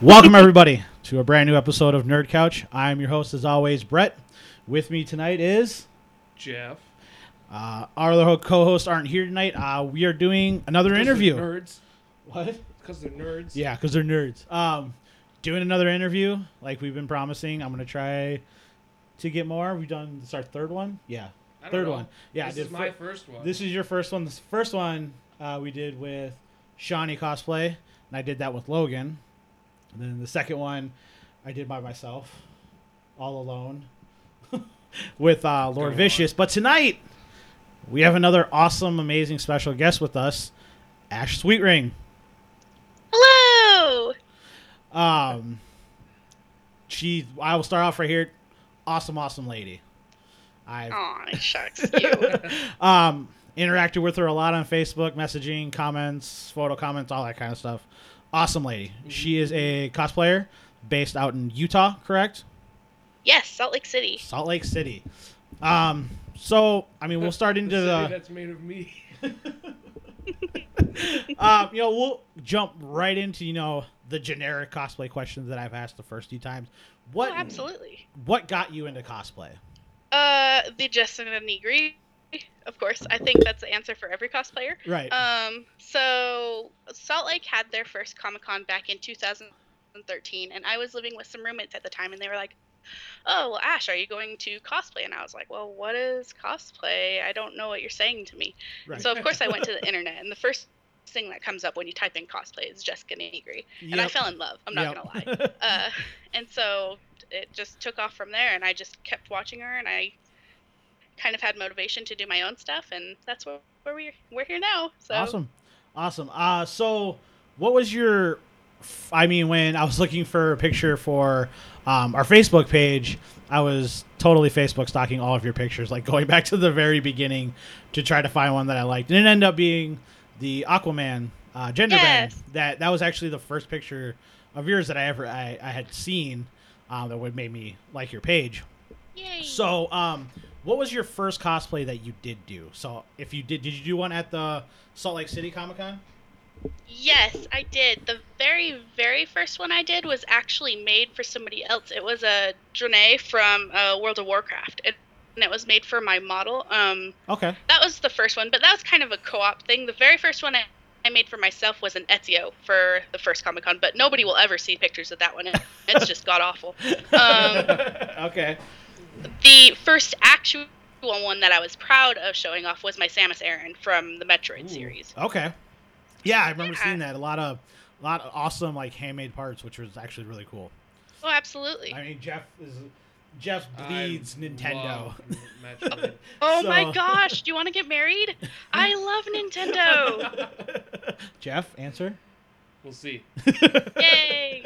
Welcome, everybody, to a brand new episode of Nerd Couch. I am your host, as always, Brett. With me tonight is Jeff. uh, our other co hosts aren't here tonight. Uh, we are doing another interview. Nerds. What? Because they're nerds. Yeah, because they're nerds. Um, doing another interview like we've been promising. I'm going to try to get more. We've done this is our third one. Yeah. I don't Third know. one. Yeah. I This did is my fir- first one. This is your first one. This first one uh, we did with Shawnee cosplay, and I did that with Logan. And then the second one I did by myself, all alone, with uh, Going Lord on. Vicious. But tonight we have another awesome, amazing special guest with us, Ash Sweetring. Hello. Um, she, I will start off right here. Awesome, awesome lady. I've Aw, shucks you. um, interacted with her a lot on Facebook, messaging, comments, photo comments, all that kind of stuff. Awesome lady. She is a cosplayer based out in Utah, correct? yes, Salt Lake City. Salt Lake City. Um, so I mean, we'll start into uh, city the, that's made of me. um, you know, we'll jump right into you know the generic cosplay questions that I've asked the first few times. What Oh, absolutely. what got you into cosplay? Uh, the Justina Negri. Of course, I think that's the answer for every cosplayer. Right. Um, so Salt Lake had their first Comic Con back in 2013, and I was living with some roommates at the time, and they were like, "Oh, well, Ash, are you going to cosplay?" And I was like, "Well, what is cosplay? I don't know what you're saying to me." right. So of course, I went to the internet, and the first thing that comes up when you type in cosplay is Jessica Negri, and I Yep. fell in love. I'm not Yep. gonna lie. uh, and so it just took off from there and i just kept watching her and i kind of had motivation to do my own stuff and that's where, where we're, we're here now so Awesome. Awesome. Uh, so what was your, f- I mean, when I was looking for a picture for um, our Facebook page, I was totally Facebook stalking all of your pictures, like going back to the very beginning to try to find one that I liked. And it ended up being the Aquaman uh, gender Yes. band. That, that was actually the first picture of yours that I ever, I, I had seen um, that would make me like your page. yay So, um, what was your first cosplay that you did do? So, if you did, did you do one at the Salt Lake City Comic Con? yes i did the very very first one i did was actually made for somebody else it was a Draenei from uh, world of warcraft it, and it was made for my model um, Okay. that was the first one, but that was kind of a co-op thing. The very first one I, I made for myself was an Ezio for the first Comic Con, but nobody will ever see pictures of that one. It- It's just god awful. Um, okay. the first actual one that I was proud of showing off was my Samus Aran from the Metroid Ooh. series. Okay. Yeah, I remember Yeah. seeing that. A lot of, a lot of awesome like handmade parts, which was actually really cool. Oh, absolutely. I mean, Jeff is, Jeff I bleeds Nintendo. love Metroid. Oh so- my gosh, do you want to get married? I love Nintendo. Jeff, answer. we'll see. Yay.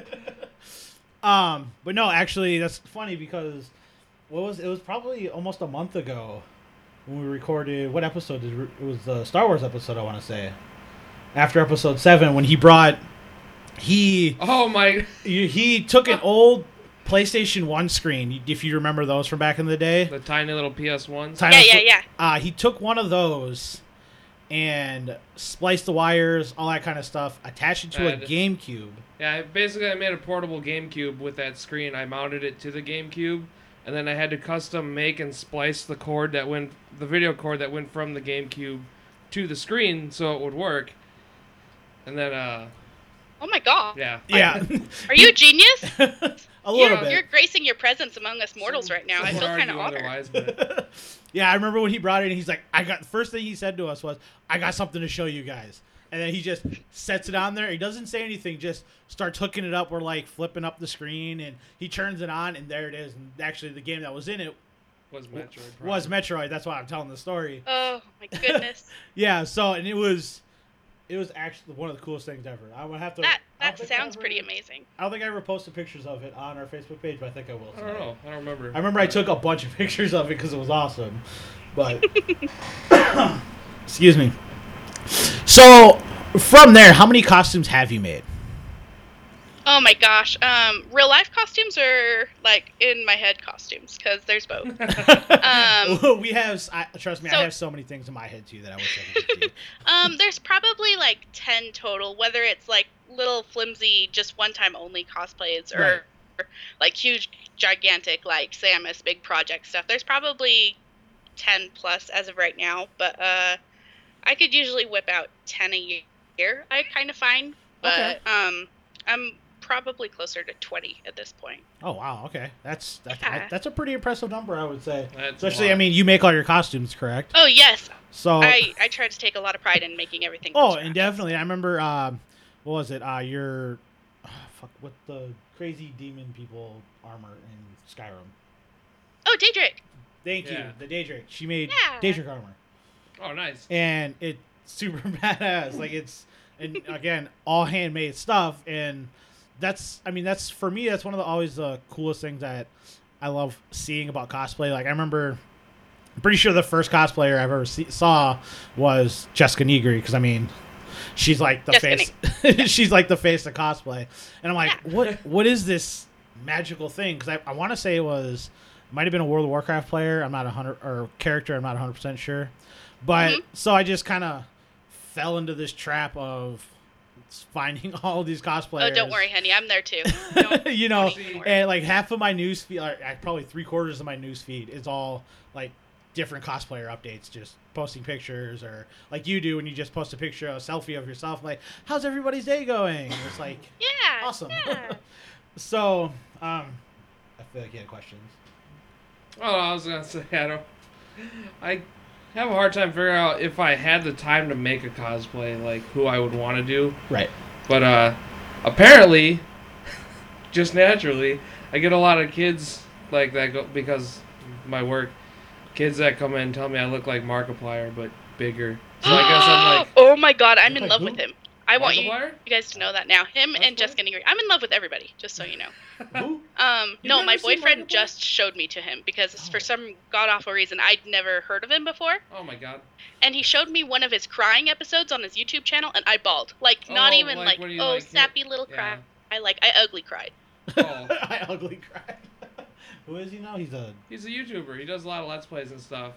Um, but no, actually, that's funny because what was it was probably almost a month ago when we recorded what episode did we- it was the Star Wars episode I want to say after episode seven when he brought he Oh my! you- he took an old PlayStation One screen if you remember those from back in the day. The tiny little PS ones. Time Yeah, of- yeah, yeah. Uh, he took one of those and spliced the wires, all that kind of stuff, attached it to a Uh, GameCube. Yeah, I- basically, I made a portable GameCube with that screen. I mounted it to the GameCube, and then I had to custom make and splice the cord that went, the video cord that went from the GameCube to the screen, so it would work. And then, uh, Oh my god. yeah, Yeah, Are you a genius? a little you're, bit. you're gracing your presence among us mortals right now. I Some feel would kind of argue otherwise, honored. but- yeah, I remember when he brought it in, he's like, I got the first thing he said to us was, I got something to show you guys. And then he just sets it on there. He doesn't say anything, just starts hooking it up. We're like flipping up the screen and he turns it on and there it is. And actually the game that was in it was Metroid. Prime. was Metroid. That's why I'm telling the story. Oh my goodness. Yeah, so and it was it was actually one of the coolest things ever. I would have to That I don't that think I sounds ever- pretty amazing. I don't think I ever posted pictures of it on our Facebook page, but I think I will. I don't tonight. know. I don't remember. I remember I took a bunch of pictures of it because it was awesome, but excuse me. So from there, how many costumes have you made? Oh my gosh. Um, real life costumes are like in my head costumes because there's both. um, we have. I, trust me, so- I have so many things in my head too that I wish I could do. um, there's probably like ten total. Whether it's like little flimsy, just one time only cosplays Right. or, or, like huge, gigantic, like Samus big project stuff. There's probably 10 plus as of right now, but uh, I could usually whip out 10 a year, I kind of find. But um, I'm probably closer to 20 at this point. Oh wow, okay, that's that's Yeah. that's a pretty impressive number, I would say. That's a Especially, lot. I mean, you make all your costumes, correct? Oh, yes. So I, I try to take a lot of pride in making everything. from Oh, scratch. and definitely. I remember. Um, what was it? Uh, your ah, fuck. What the crazy demon people armor in Skyrim? Oh, Daedric. Thank Yeah. you. The Daedric. She made Yeah. Daedric armor, Oh, nice. and it's super badass. Like it's, and again, all handmade stuff. And that's. I mean, that's for me. That's one of the always the coolest things that I love seeing about cosplay. Like I remember. I'm pretty sure the first cosplayer I've ever see- saw was Jessica Negri because I mean, she's like the Jessica face. she's like the face of cosplay, and I'm like, what? What is this magical thing? Because I, I want to say it was might have been a World of Warcraft player. I'm not a hundred or character. I'm not 100 percent sure, Mm-hmm. but so I just kind of fell into this trap of finding all these cosplayers. Oh, don't worry, honey. I'm there too. Don't- you know, don't even worry. and like half of my news feed, or uh, probably three quarters of my news feed is all like different cosplayer updates, just posting pictures or like you do when you just post a picture, a selfie of yourself, like how's everybody's day going? It's like yeah. awesome. yeah. so, um, I feel like you had questions. Well, Oh, I was gonna say I don't. I have a hard time figuring out if I had the time to make a cosplay, like who I would want to do. Right. But uh, apparently, just naturally, I get a lot of kids like that go, because my work. Kids that come in and tell me I look like Markiplier but bigger. So I guess I'm like oh my god, I'm in Like love who? with him. I want you, Markiplier? you guys to know that now. Him That's and Jessica Negri. I'm in love with everybody, just so you know. Who? Um, You've no, my never seen Markiplier? boyfriend just showed me to him because Oh. for some god awful reason I'd never heard of him before, Oh my god. and he showed me one of his crying episodes on his YouTube channel, and I bawled. Like not Oh, even like, like, when oh you, like, hit- sappy little cry. Yeah. I like I ugly cried. Oh. I ugly cried. Who is he now? He's a He's a YouTuber. He does a lot of let's plays and stuff.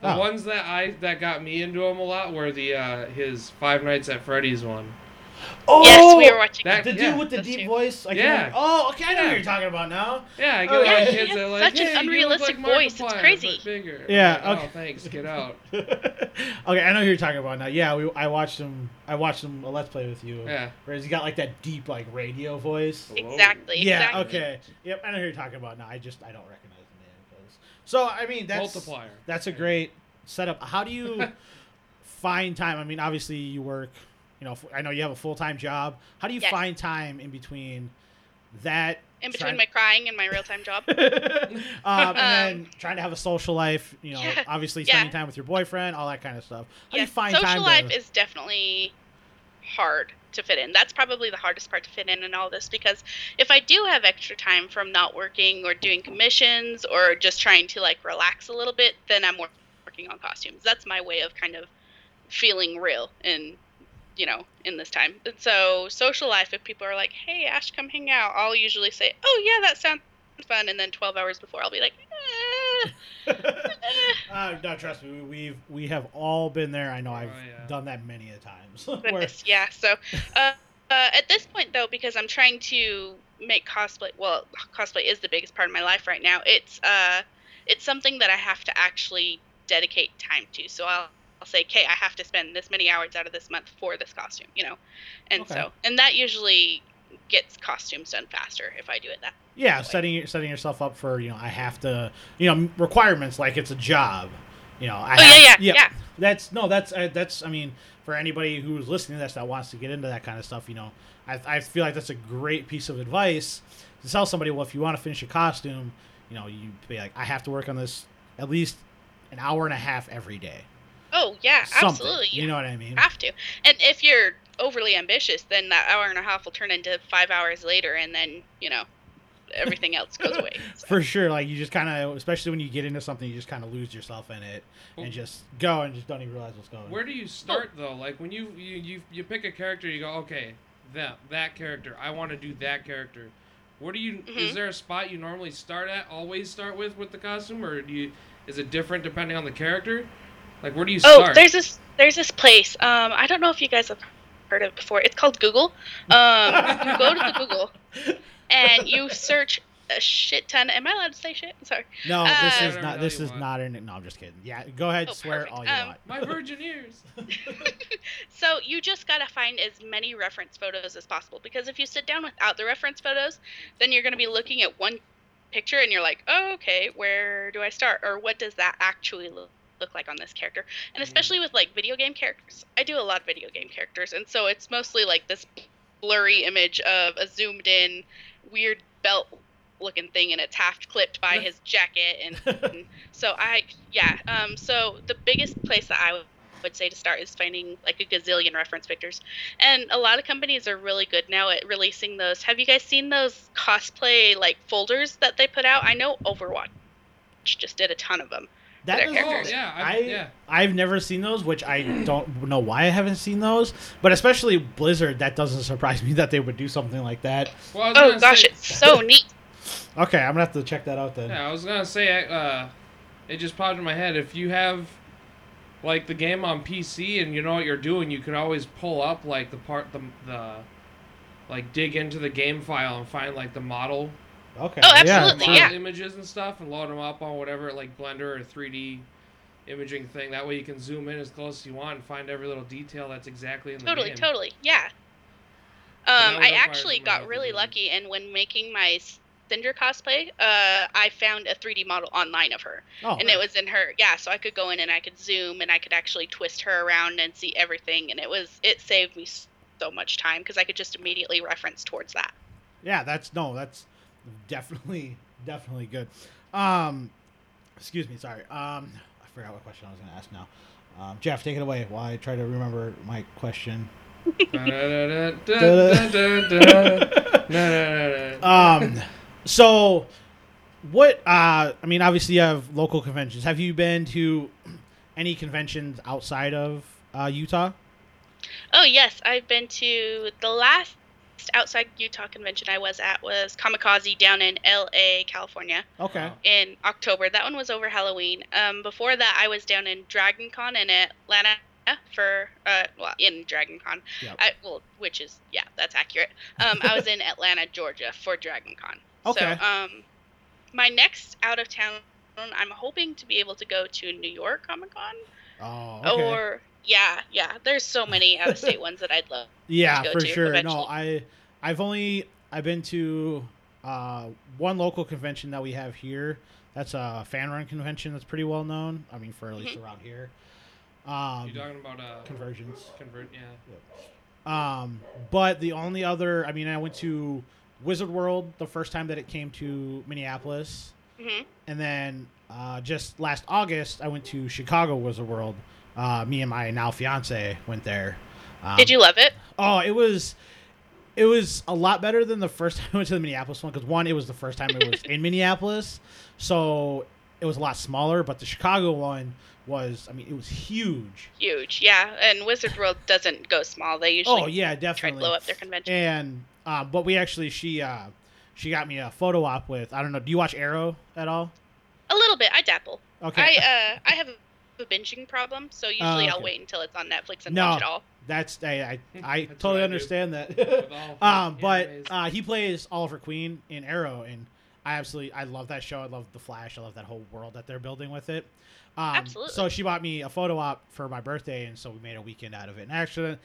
The Oh. ones that I that got me into him a lot were the uh, his Five Nights at Freddy's one. oh Yes, we were watching. That- the dude yeah, with the that's deep you. voice. I can't Yeah. remember- Oh, okay, I know Yeah. who you're talking about now. Yeah, I get Oh, a lot yeah, of he kids has that are like, such "Hey, an you look unrealistic like voice. It's Markiplier, but crazy." Bigger. Yeah, I'm like, okay. Oh, thanks. Get out. okay, I know who you're talking about now. Yeah, we, I watched him. I watched him a Let's Play with you. Yeah. Where he's got like that deep like radio voice. Exactly. Yeah. exactly. Okay. Yep. I know who you're talking about now. I just I don't recognize the name. 'cause- So I mean that's Multiplier. that's a great setup. How do you find time? I mean, obviously you work. You know, f- I know you have a full time job. How do you Yes. find time in between that? In between trying- my crying and my real time job. um, and then Um, trying to have a social life, you know, yeah, obviously yeah. spending time with your boyfriend, all that kind of stuff. How do you Yes, find social time? to- life is definitely hard to fit in. That's probably the hardest part to fit in in all this because if I do have extra time from not working or doing commissions or just trying to like relax a little bit, then I'm wor- working on costumes. That's my way of kind of feeling real in you know in this time. And so social life if people are like, "Hey, Ash, come hang out." I'll usually say, "Oh, yeah, that sounds fun." And then 12 hours before, I'll be like, eh, eh. uh, no, trust me, we- we've we have all been there. I know Oh, I've yeah. done that many a times. Where- goodness, yeah. So, uh, uh, at this point though, because I'm trying to make cosplay, well, cosplay is the biggest part of my life right now. It's uh, it's something that I have to actually dedicate time to. So I'll I'll say, okay, I have to spend this many hours out of this month for this costume, you know, and Okay. so and that usually gets costumes done faster if I do it that. yeah, setting setting yourself up for you know I have to you know requirements like it's a job. You know, I Oh yeah, yeah, have- yeah, That's no, that's uh, that's. I mean, for anybody who's listening to this that wants to get into that kind of stuff, you know, I, I feel like that's a great piece of advice to tell somebody. Well, if you want to finish a costume, you know, you be like, I have to work on this at least an hour and a half every day. Oh yeah, Something, absolutely. You know what I mean? have to. And if you're overly ambitious, then that hour and a half will turn into five hours later, and then you know everything else goes away. So, For sure. Like you just kind of, especially when you get into something, you just kind of lose yourself in it Mm. and just go and just don't even realize what's going. on. Where do you start though? Like when you you you, you pick a character, you go, okay, that that character, I want to do that character. What do you? Is Mhm. there a spot you normally start at? Always start with with the costume, or do you? Is it different depending on the character? Like where do you oh, start? there's this there's this place. Um, I don't know if you guys have heard of it before. It's called Google. Um, you go to the Google and you search a shit ton. Am I allowed to say shit? Sorry. No, this Uh, is No, no, not. no, This you is want. not an. No, I'm just kidding. Yeah, go ahead, Oh, swear perfect. all you Um, want. My virgin ears. So you just gotta find as many reference photos as possible because if you sit down without the reference photos, then you're gonna be looking at one picture and you're like, oh, okay, where do I start or what does that actually look? look like on this character and Mhm. especially with like video game characters i do a lot of video game characters and so it's mostly like this blurry image of a zoomed in weird belt looking thing and it's half clipped by his jacket and so I yeah. Um, so the biggest place that I would say to start is finding like a gazillion reference pictures, and a lot of companies are really good now at releasing those. Have you guys seen those cosplay like folders that they put out? I know Overwatch just did a ton of them. That their doesn't- Oh characters. yeah, I, I yeah. I've never seen those, which I don't know why I haven't seen those. But especially Blizzard, that doesn't surprise me that they would do something like that. Well, I was Oh gonna gosh, say, it's so neat. Okay, I'm gonna have to check that out then. Yeah, I was gonna say, uh, it just popped in my head. If you have like the game on PC and you know what you're doing, you can always pull up like the part the the like dig into the game file and find like the model, Okay. Oh, the absolutely, model yeah. images and stuff, and load them up on whatever like Blender or 3D imaging thing. That way you can zoom in as close as you want and find every little detail that's exactly in the Totally, game. totally, yeah. that Um, would I require actually somebody else got to really do it. lucky, and when making my Cinder cosplay, uh, I found a 3D model online of her. Oh, and it was in her yeah so i could go in and i could zoom and i could actually twist her around and see everything and it was it saved me s- so much time because i could just immediately reference towards that yeah, that's no, that's definitely definitely good. Um, excuse me, sorry. Um, I forgot what question I was gonna ask now. Um, Jeff, take it away while I try to remember my question. Da-da-da-da-da-da-da. Da-da-da-da. um, so what? Uh, I mean, obviously you have local conventions. Have you been to any conventions outside of uh, Utah? oh yes i've been to the last outside utah convention i was at was kamikaze down in la california Okay. Wow. in october that one was over halloween um, before that i was down in dragon con in atlanta for uh well in dragon con Yep. I, well which is yeah that's accurate um i was in atlanta georgia for dragon con Okay. So, um, my next out of town, I'm hoping to be able to go to New York Comic Con oh, okay. uh, or yeah, yeah. There's so many out of state ones that I'd love. yeah, go for to sure. No, eventually. I I've only I've been to uh, one local convention that we have here. That's a fan run convention that's pretty well known. I mean, for at Mm-hmm. least around here. Um, You talking about uh, conversions. convert? Yeah. Um, but the only other, I mean, I went to Wizard World the first time that it came to Minneapolis, hmm and then uh, just last August I went to Chicago Wizard World. Uh, me and my now fiance went there. Um, Did you love it? Oh, it was. It was a lot better than the first time I went to the Minneapolis one because one, it was the first time it was in Minneapolis, so it was a lot smaller. But the Chicago one was, I mean, it was huge. Huge, yeah. And Wizard World doesn't go small. They usually oh yeah, try definitely. to blow up their convention. and uh, but we actually she uh, she got me a photo op with I don't know. Do you watch Arrow at all? A little bit. I dapple. Okay, Oh, I uh, I have a binging problem, so usually I'll okay. wait until it's on Netflix and No. watch it all. that's I I, I That's what I totally do. understand that. With all um, the but animes. uh, he plays Oliver Queen in Arrow, and I absolutely I love that show. I love the Flash. I love that whole world that they're building with it. Um, Absolutely. So she bought me a photo op for my birthday, and so we made a weekend out of it. And actually,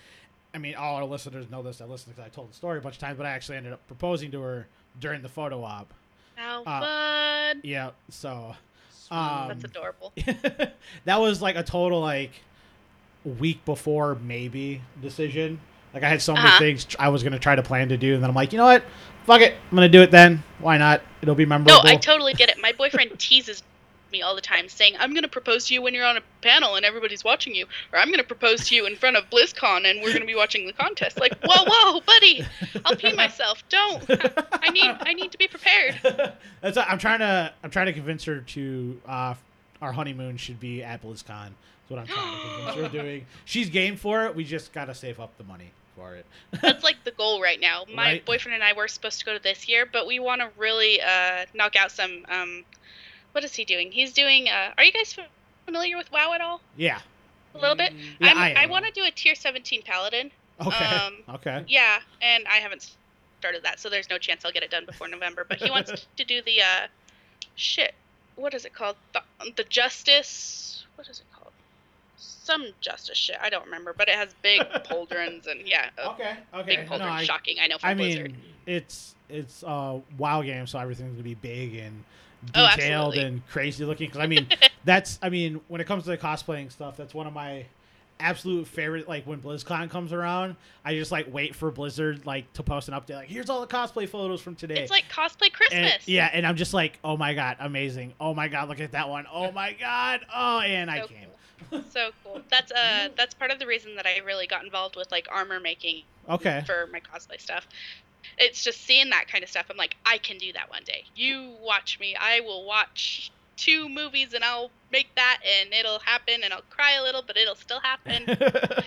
I mean, all our listeners know this. I listened because I told the story a bunch of times, but I actually ended up proposing to her during the photo op. How Uh, fun! Yeah. So. Sweet. um, That's adorable. that was like a total like week before maybe decision. Like I had so many Uh-huh. things tr- I was gonna try to plan to do, and then I'm like, you know what? Fuck it, I'm gonna do it then. Why not? It'll be memorable. No, I totally get it. My boyfriend teases me all the time, saying, "I'm going to propose to you when you're on a panel and everybody's watching you," or "I'm going to propose to you in front of BlizzCon and we're going to be watching the contest." Like, whoa, whoa, buddy, I'll pee myself. Don't. I need, I need to be prepared. That's I'm trying to I'm trying to convince her to uh, our honeymoon should be at BlizzCon. That's what I'm trying to convince her of doing. She's game for it. We just gotta save up the money for it. That's like the goal right now. My Right. boyfriend and I were supposed to go to this year, but we want to really uh, knock out some. Um, what is he doing? He's doing. Uh, are you guys familiar with WoW at all? Yeah. A little bit. Mm, Yeah, I'm, I I, am. want to do a tier 17 paladin, Okay. Um, okay. Yeah, and I haven't started that, so there's no chance I'll get it done before November. But he wants to do the uh, shit. What is it called? The, um, the justice. What is it called? Some justice shit. I don't remember, but it has big pauldrons and yeah, uh, Okay. big Okay. pauldrons. Oh, No, I, Shocking. I know from I Blizzard. mean, it's it's a WoW game, so everything's gonna be big and Oh, detailed absolutely. and crazy looking. Because I mean, that's I mean, when it comes to the cosplaying stuff, that's one of my absolute favorite. Like when BlizzCon comes around, I just like wait for Blizzard like to post an update. Like here's all the cosplay photos from today. it's like cosplay And- Christmas. yeah, and I'm just like, oh my god, amazing! Oh my god, look at that one! Oh my god! Oh, and I So came. cool. so cool. That's uh that's part of the reason that I really got involved with like armor making Okay. for my cosplay stuff. It's just seeing that kind of stuff. I'm like, I can do that one day. You watch me. I will watch two movies and I'll make that and it'll happen and I'll cry a little, but it'll still happen.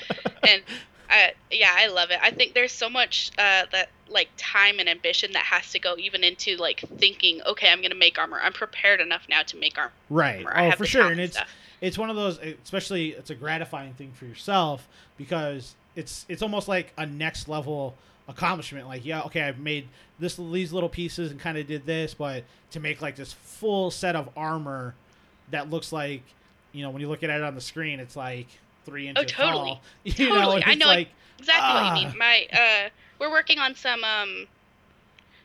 and I, yeah, I love it. I think there's so much uh, that like time and ambition that has to go even into like thinking, okay, I'm gonna make armor. I'm prepared enough now to make armor. right. I Oh, have for the sure. talent And it's stuff. it's one of those especially it's a gratifying thing for yourself because it's it's almost like a next level accomplishment like yeah okay i've made this these little pieces and kind of did this but to make like this full set of armor that looks like you know when you look at it on the screen it's like three inches Oh, totally. tall you know Totally. and I it's know like exactly what you Ah. mean. My uh, we're working on some um,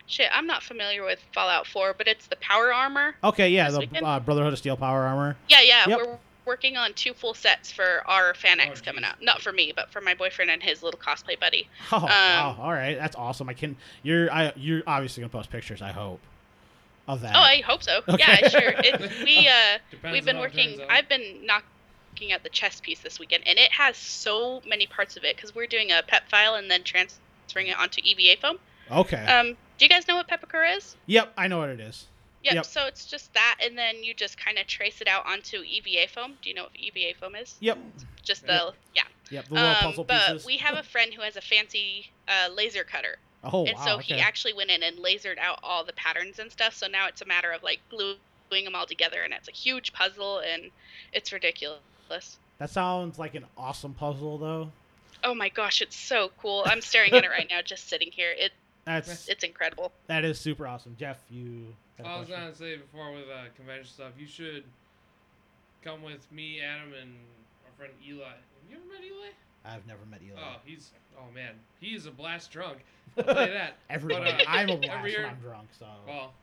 shit. I'm not familiar with Fallout 4, but it's the power armor. okay yeah This the weekend? uh, brotherhood of steel power armor Yeah, yeah. Yep. We're working on two full sets for our fan Oh, X coming geez. out. Not for me, but for my boyfriend and his little cosplay buddy. oh wow all right that's awesome i can you're I, you're obviously gonna post pictures i hope of that Oh, I hope so. Ah. Okay. Yeah, sure. It, we uh, Depends we've been on how it working. turns out. I've been knocking out the chess piece this weekend, and it has so many parts of it because we're doing a pep file and then transferring it onto EVA foam. okay Um, do you guys know what peppercore is? yep i know what it is Yep, Yep. So it's just that, and then you just kind of trace it out onto EVA foam. Do you know what EVA foam is? Yep. Just the yeah. Yep. The little um, puzzle but pieces. we have a friend who has a fancy uh, laser cutter, oh, and wow, so okay. he actually went in and lasered out all the patterns and stuff. So now it's a matter of like gluing them all together, and it's a huge puzzle, and it's ridiculous. That sounds like an awesome puzzle, though. Oh my gosh, it's so cool! I'm staring at it right now, just sitting here. It That's it's incredible. that is super awesome, Jeff. You. had a I was question? gonna say before with uh, convention stuff, you should come with me, Adam, and our friend Eli. Have you ever met Eli? I've never met Eli. Oh, he's oh man, he's a blast drunk. I'll tell you that. Everybody, but, uh, I'm a every blast when year- I'm drunk, so Well,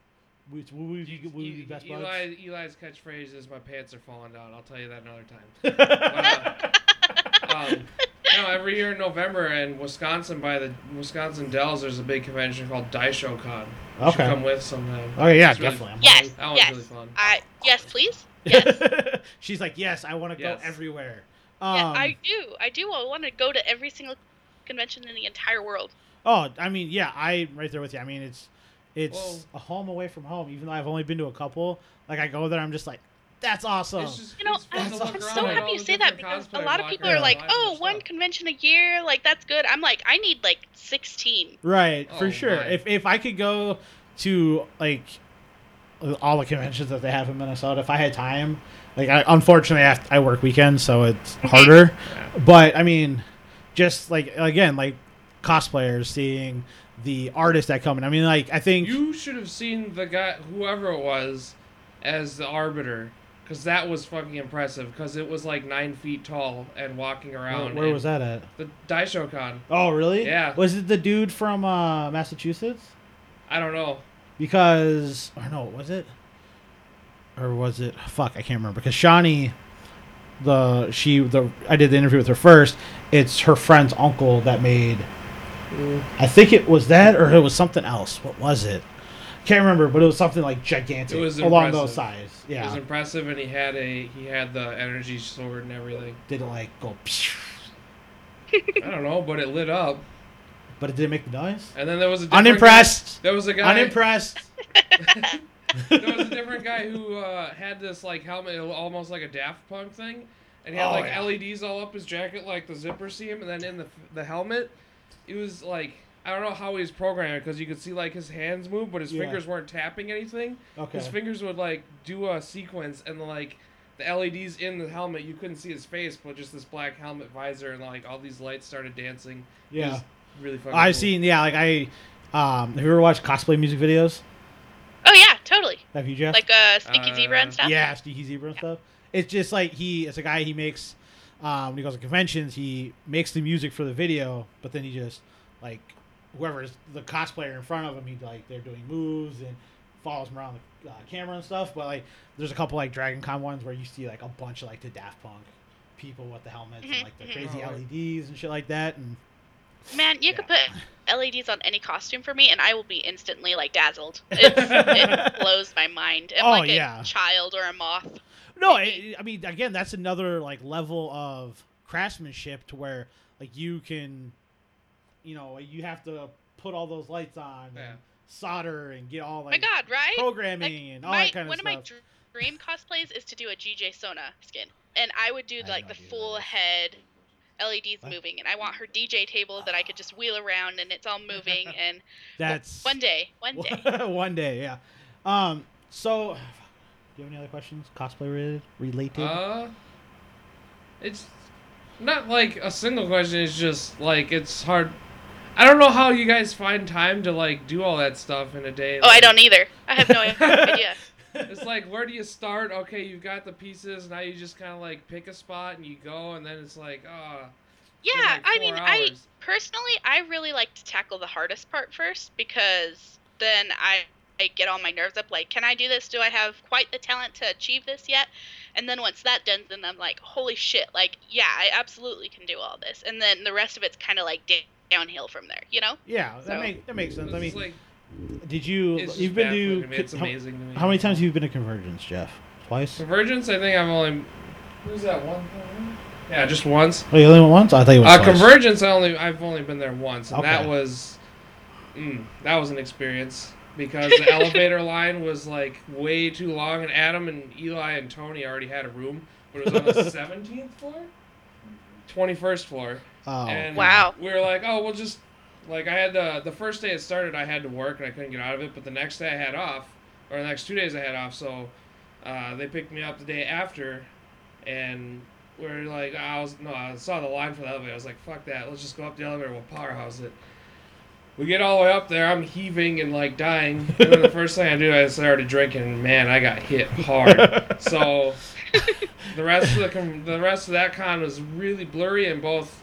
we we, we, you, we, we be you- best buds. Eli, Eli's catchphrase is "My pants are falling down." I'll tell you that another time. um, no, every year in November in Wisconsin, by the Wisconsin Dells, there's a big convention called Daisho Con. You should Okay. come with sometime. oh yeah, It's really- definitely. I'm Yes, That one's yes. really fun. I yes, please. Yes. Yes. She's like, yes, I want to Yes. go everywhere. Yeah, Um, I do. I do. I want to go to every single convention in the entire world. Oh, I mean, yeah, I right there with you. I mean, it's it's Well- a home away from home. Even though I've only been to a couple, like I go there, I'm just like, that's awesome. It's just, You know, it's fun I'm, to That's look I'm around at so all happy you the say that different because cosplayers a lot of walking people around are like, live and "Oh, stuff." one convention a year, like that's good." I'm like, I need like 16. Right, for Oh, sure. my. If if I could go to like all the conventions that they have in Minnesota, if I had time, like I, unfortunately I, have, I work weekends, so it's harder. But I mean, just like again, like cosplayers, seeing the artists that come in. I mean, like I think You should have seen the guy, whoever it was, as the arbiter, because that was fucking impressive. Because it was like nine feet tall and walking where, around. where and was that at? The Daishokan. Oh, really? Yeah. Was it the dude from uh, Massachusetts? I don't know. because or no was it or was it fuck i can't remember because shawnee the she the i did the interview with her first it's her friend's uncle that made i think it was that or it was something else what was it can't remember but it was something like gigantic It was along impressive. those sides It was yeah impressive, and he had a he had the energy sword and everything. did it like go I don't know, but it lit up. but it didn't make the noise And then there was a different unimpressed Guy, there was a guy. unimpressed there was a different guy who uh, had this like helmet, it was almost like a Daft Punk thing, and he had Oh, like yeah. LEDs all up his jacket, like the zipper seam, and then in the the helmet, it was like I don't know how he was programmed because you could see like his hands move, but his Yeah. fingers weren't tapping anything. okay His fingers would like do a sequence and like. the LEDs in the helmet, you couldn't see his face, but just this black helmet visor and like all these lights started dancing. It Yeah. was really fucking. I've cool. seen, yeah, like I, um, have you ever watched cosplay music videos? Oh yeah, totally. Have you, Jeff? Like uh, Sneaky Zebra Uh, and stuff. Yeah, Sneaky Zebra and stuff. It's just like he, it's a guy he makes, um, when he goes to conventions, he makes the music for the video, but then he just, like, whoever's the cosplayer in front of him, he, like, they're doing moves and follows him around the uh, camera and stuff. But, like, there's a couple, like, Dragon Con ones where you see, like, a bunch of, like, the Daft Punk people with the helmets and, Mhm, like, the mhm. crazy Oh, right. LEDs and shit like that. And Man, you Yeah. could put LEDs on any costume for me, and I will be instantly like dazzled. It's, it blows my mind. I'm Oh, like a yeah. child or a moth. No, I, I mean, again, that's another like level of craftsmanship to where like you can, you know, you have to put all those lights on, Yeah. and solder, and get all my like God, right? programming and all my, that kind one of of my stuff. dr- dream cosplays is to do a GJ Sona skin, and I would do I like know the I do full that. head LEDs What? moving, and I want her DJ table that I could just wheel around and it's all moving. And that's one day, one day. one day, yeah. Um, so, do you have any other questions? Cosplay related? Related? Uh, it's not like a single question. It's just like it's hard. I don't know how you guys find time to like do all that stuff in a day. Oh, I like- don't either. I have no idea. It's like where do you start? Okay, you've got the pieces. Now you just kind of like pick a spot and you go, and then it's like, ah. Yeah, like I four mean, I hours. personally, I really like to tackle the hardest part first because then I, I get all my nerves up. Like, can I do this? Do I have quite the talent to achieve this yet? And then once that done, then I'm like, holy shit! Like, yeah, I absolutely can do all this. And then the rest of it's kind of like da- downhill from there, you know? yeah, that, So- make, that makes sense. I It's mean, just, like, did you? it's just You've been baffling to? to me. It's how, amazing to me. how many times have you been to Convergence, Jeff? Twice. Convergence? I think I've only. Who's that one? time? Yeah, just once. Oh, you only went once? I thought you went Uh, twice. Convergence, I only I've only been there once, and that Okay. was, mm, that was an experience because the elevator line was like way too long, and Adam and Eli and Tony already had a room, but it was on the seventeenth floor, twenty first floor, Oh. and Wow. we were like, oh, we'll just like I had the the first day it started, I had to work and I couldn't get out of it, but the next day I had off, or the next two days I had off, so uh, they picked me up the day after, and we are like, I was no, I saw the line for the elevator. I was like, fuck that, let's just go up the elevator. We'll powerhouse it. We get all the way up there. I'm heaving and like dying. And then the first thing I do, I started drinking. and, Man, I got hit hard. so the rest of the con- the rest of that con was really blurry in both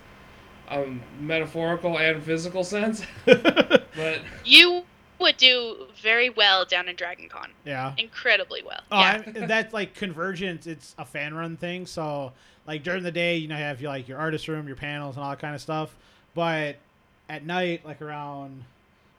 um, metaphorical and physical sense. Oh. But You would do very well down in Dragon Con. yeah. Incredibly well. Oh, yeah. I- that's like convergence. It's a fan run thing. So like during the day, you know, you have your like your artist room, your panels, and all that kind of stuff. But at night, like around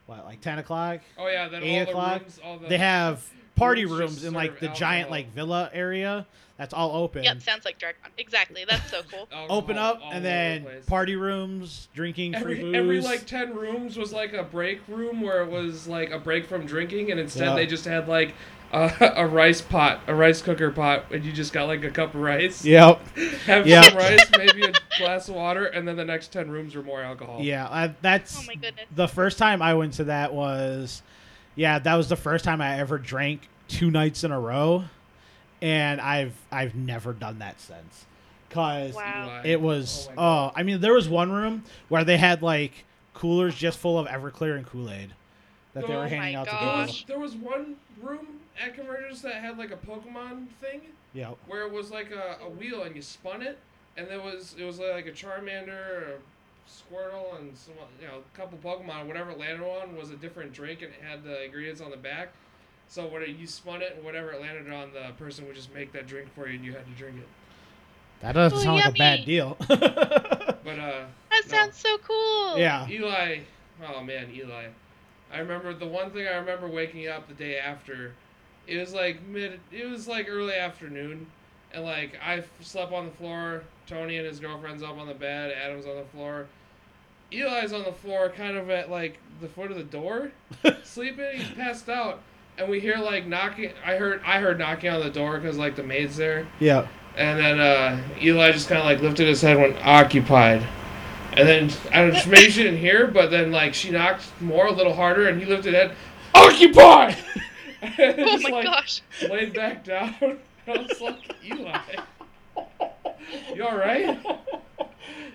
what, like ten o'clock, oh yeah, then Eight all the o'clock, rooms, all the they have party Rooms Uh, just rooms in like serve the giant alcohol. like villa area that's all open. Yep, sounds like Dragon Con. Exactly. That's so cool. alcohol Open up all over and the then place. party rooms, drinking free Every, booze. every like ten rooms was like a break room where it was like a break from drinking, and instead Yeah. they just had like a, a rice pot, a rice cooker pot, and you just got like a cup of rice. Yep. Have Yeah. some rice, maybe a glass of water, and then the next ten rooms were more alcohol. Yeah, I, that's Oh my goodness. the first time I went to that was, yeah, that was the first time I ever drank two nights in a row, and I've I've never done that since, cause Wow. it was Oh my oh, God. I mean there was one room where they had like coolers just full of Everclear and Kool Aid that they Oh were my handing out There to was, people. Gosh. there was one room at Convergence that had like a Pokemon thing Yeah, where it was like a, a wheel and you spun it, and there was it was like a Charmander, a Squirtle, and some you know a couple Pokemon. Whatever it landed on was a different drink, and it had the ingredients on the back. So when it, you spun it, and whatever it landed on, the person would just make that drink for you, and you had to drink it. that doesn't Oh, sound like a bad yummy. deal. But uh, That No. sounds so cool. yeah, Eli, oh man, Eli. I remember the one thing I remember waking up the day after. It was like mid. It was like early afternoon, and like I f- slept on the floor. Tony and his girlfriend's up on the bed. Adam's on the floor. Eli's on the floor, kind of at like the foot of the door, sleeping. He's passed out, and we hear like knocking. I heard I heard knocking on the door because like the maid's there. yeah. And then uh, Eli just kind of like lifted his head and went occupied. And then I don't maybe she didn't hear, but then like she knocked more, a little harder, and he lifted head, occupied. and Oh just, my like, gosh. Laid back down. I was like, Eli, you all right?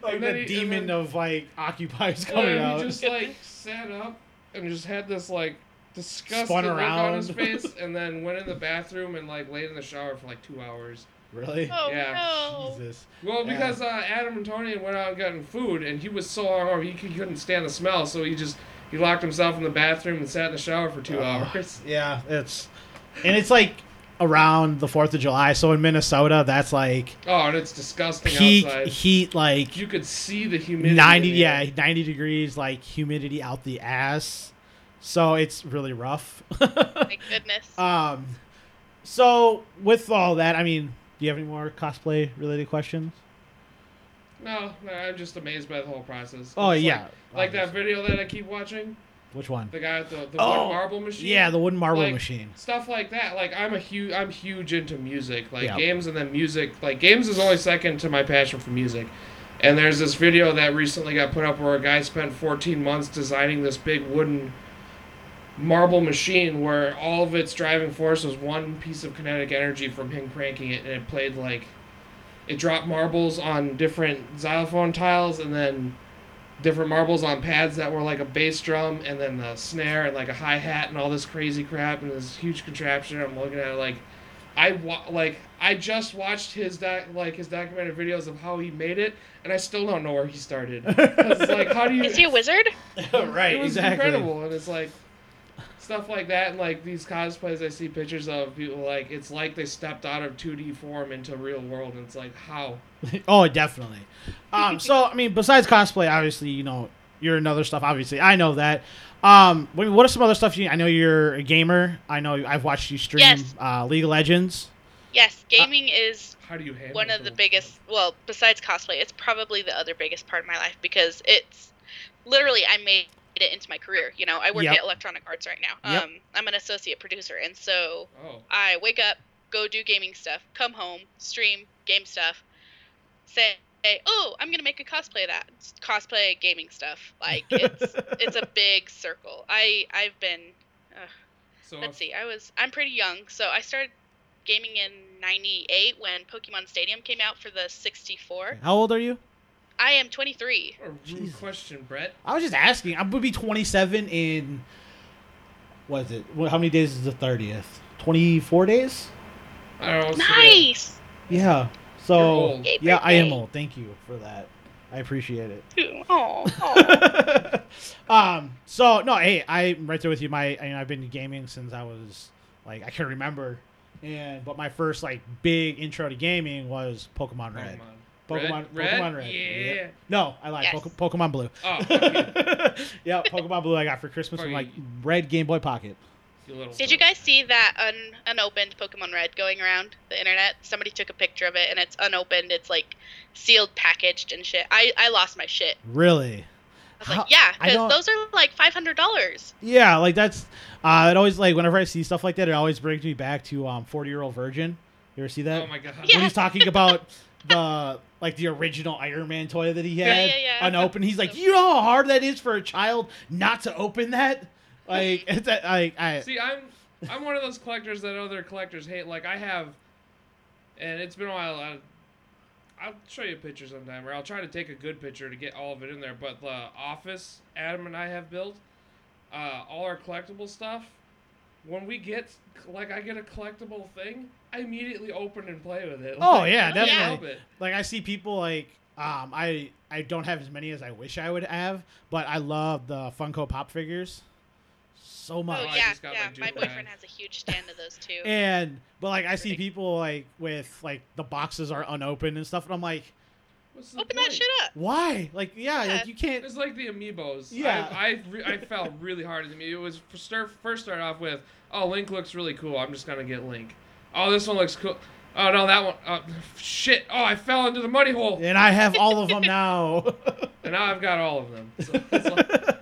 Like And then the he- demon and then- of like occupies coming And out. he just like sat up and just had this like disgusted Spun look on his around. face, and then went in the bathroom and like laid in the shower for like two hours. really? Oh Yeah. no. Jesus. Well, Yeah. because uh, Adam and Tony went out and gotten food, and he was so hungover he c- couldn't stand the smell, so he just he locked himself in the bathroom and sat in the shower for two Oh. hours. Yeah, it's and it's like around the Fourth of July, so in Minnesota, that's like Oh, and it's disgusting peak outside. heat, like You could see the humidity. ninety, in the air. yeah, ninety degrees, like humidity out the ass. So it's really rough. My goodness. um, so with all that, I mean, do you have any more cosplay related questions? No, no, I'm just amazed by the whole process. Oh It's like- yeah, Like that obviously. video that I keep watching, Which one? the guy with the, the Oh, wood marble machine. Yeah, the wooden marble Like- machine. stuff like that. Like I'm a huge, I'm huge into music, like Yeah. games and then music. Like games is only second to my passion for music. And there's this video that recently got put up where a guy spent 14 months designing this big wooden marble machine where all of its driving force was one piece of kinetic energy from him cranking it, and it played like it dropped marbles on different xylophone tiles and then different marbles on pads that were like a bass drum and then the snare and like a hi hat and all this crazy crap and this huge contraption. I'm looking at it like I wa- like I just watched his doc- like his documented videos of how he made it, and I still don't know where he started. 'Cause it's like how do you? Is he a wizard? right, it was exactly. incredible, and it's like stuff like that, and like these cosplays I see pictures of people like it's like they stepped out of 2D form into real world, and it's like how Oh, definitely. Um, so I mean, besides cosplay, obviously, you know, you're another stuff. Obviously, I know that. Um, wait, what are some other stuff you? I know you're a gamer. I know I've watched you stream Yes. uh, League of Legends. Uh, Yes, gaming is how do you handle one of the those biggest well besides cosplay it's probably the other biggest part of my life because it's literally i made it into my career you know i work Yep. at electronic arts right now Yep. um, i'm an associate producer and so things? Oh, i wake up go do gaming stuff come home stream game stuff say oh i'm gonna make a cosplay of that It's cosplay gaming stuff like it's it's a big circle i i've been so let's see i was i'm pretty young so i started gaming in 98 when pokemon stadium came out for the 64 How old are you? i am 23 a rude Jesus. question, Brett. I was just asking. I would be 27 in. What is it? Wh- How many days is the 30th? 24 days. I don't know. nice Yeah. You're So old. Yay, yeah, I am birthday. old. Thank you for that. I appreciate it. oh um. So no, hey, I'm right there with you. My, I mean, I've been gaming since I was like I can remember, and but my first like big intro to gaming was Pokemon Red. Pokemon- Red. Pokemon Red, Yeah. yeah. No, I lied. Yes. Poke- Pokemon Blue. Oh, fuck you, yeah, Pokemon Blue I got for Christmas Fuck from you. like Red Game Boy Pocket. you little. did you guys see that un- unopened pokemon red going around the internet somebody took a picture of it and it's unopened it's like sealed packaged and shit i i lost my shit Really? i was How- like yeah I don't- because those are like $500 Yeah, like that's. Uh, it always like whenever I see stuff like that, it always brings me back to um, Forty Year Old Virgin. You ever see that? Oh my god. Yeah. when he's talking about the like the original Iron Man toy that he Yeah, had yeah, yeah. unopened. He's like, you know how hard that is for a child not to open that. Like, it's a, I, I, See, I'm I'm one of those collectors that other collectors hate. Like I have, and it's been a while. I, I'll show you a picture sometime, or I'll try to take a good picture to get all of it in there. But the office Adam and I have built, uh, all our collectible stuff. When we get like I get a collectible thing, I immediately open and play with it. Oh, Like, yeah, I can't definitely. help it. like I see people like, um, I, I don't have as many as I wish I would have, but I love the Funko Pop figures so much. oh I yeah just got my yeah my Duke boyfriend back. has a huge stand of those too And but like I see people like with like the boxes are unopened and stuff, and I'm like, What's the open point? that shit up why? Like, yeah, like you can't. It's like the amiibos. Yeah. I I, re- I felt really hard at the amiibo. It was for start, first started off with, oh Link looks really cool. I'm just gonna get Link. Oh this one looks cool. Oh no that one. Oh, shit. Oh I fell into the muddy hole. And I have all of them now. And now I've got all of them. So it's like-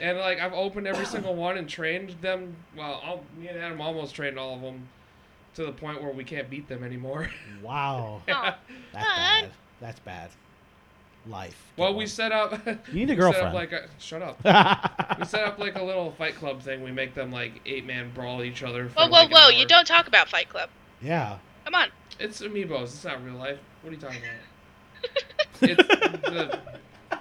and like I've opened every single one and trained them. Well, I'll, me and Adam almost trained all of them to the point where we can't beat them anymore. wow. Aw. That's Fun. bad. That's bad. Life. well Come we on. set up. You need a we Set girlfriend. up like a, shut up. We set up like a little fight club thing. We make them like eight man brawl each other. for, Whoa, whoa, like, an whoa! hour. You don't talk about Fight Club. yeah. Come on. It's amiibos. It's not real life. What are you talking about? it's the,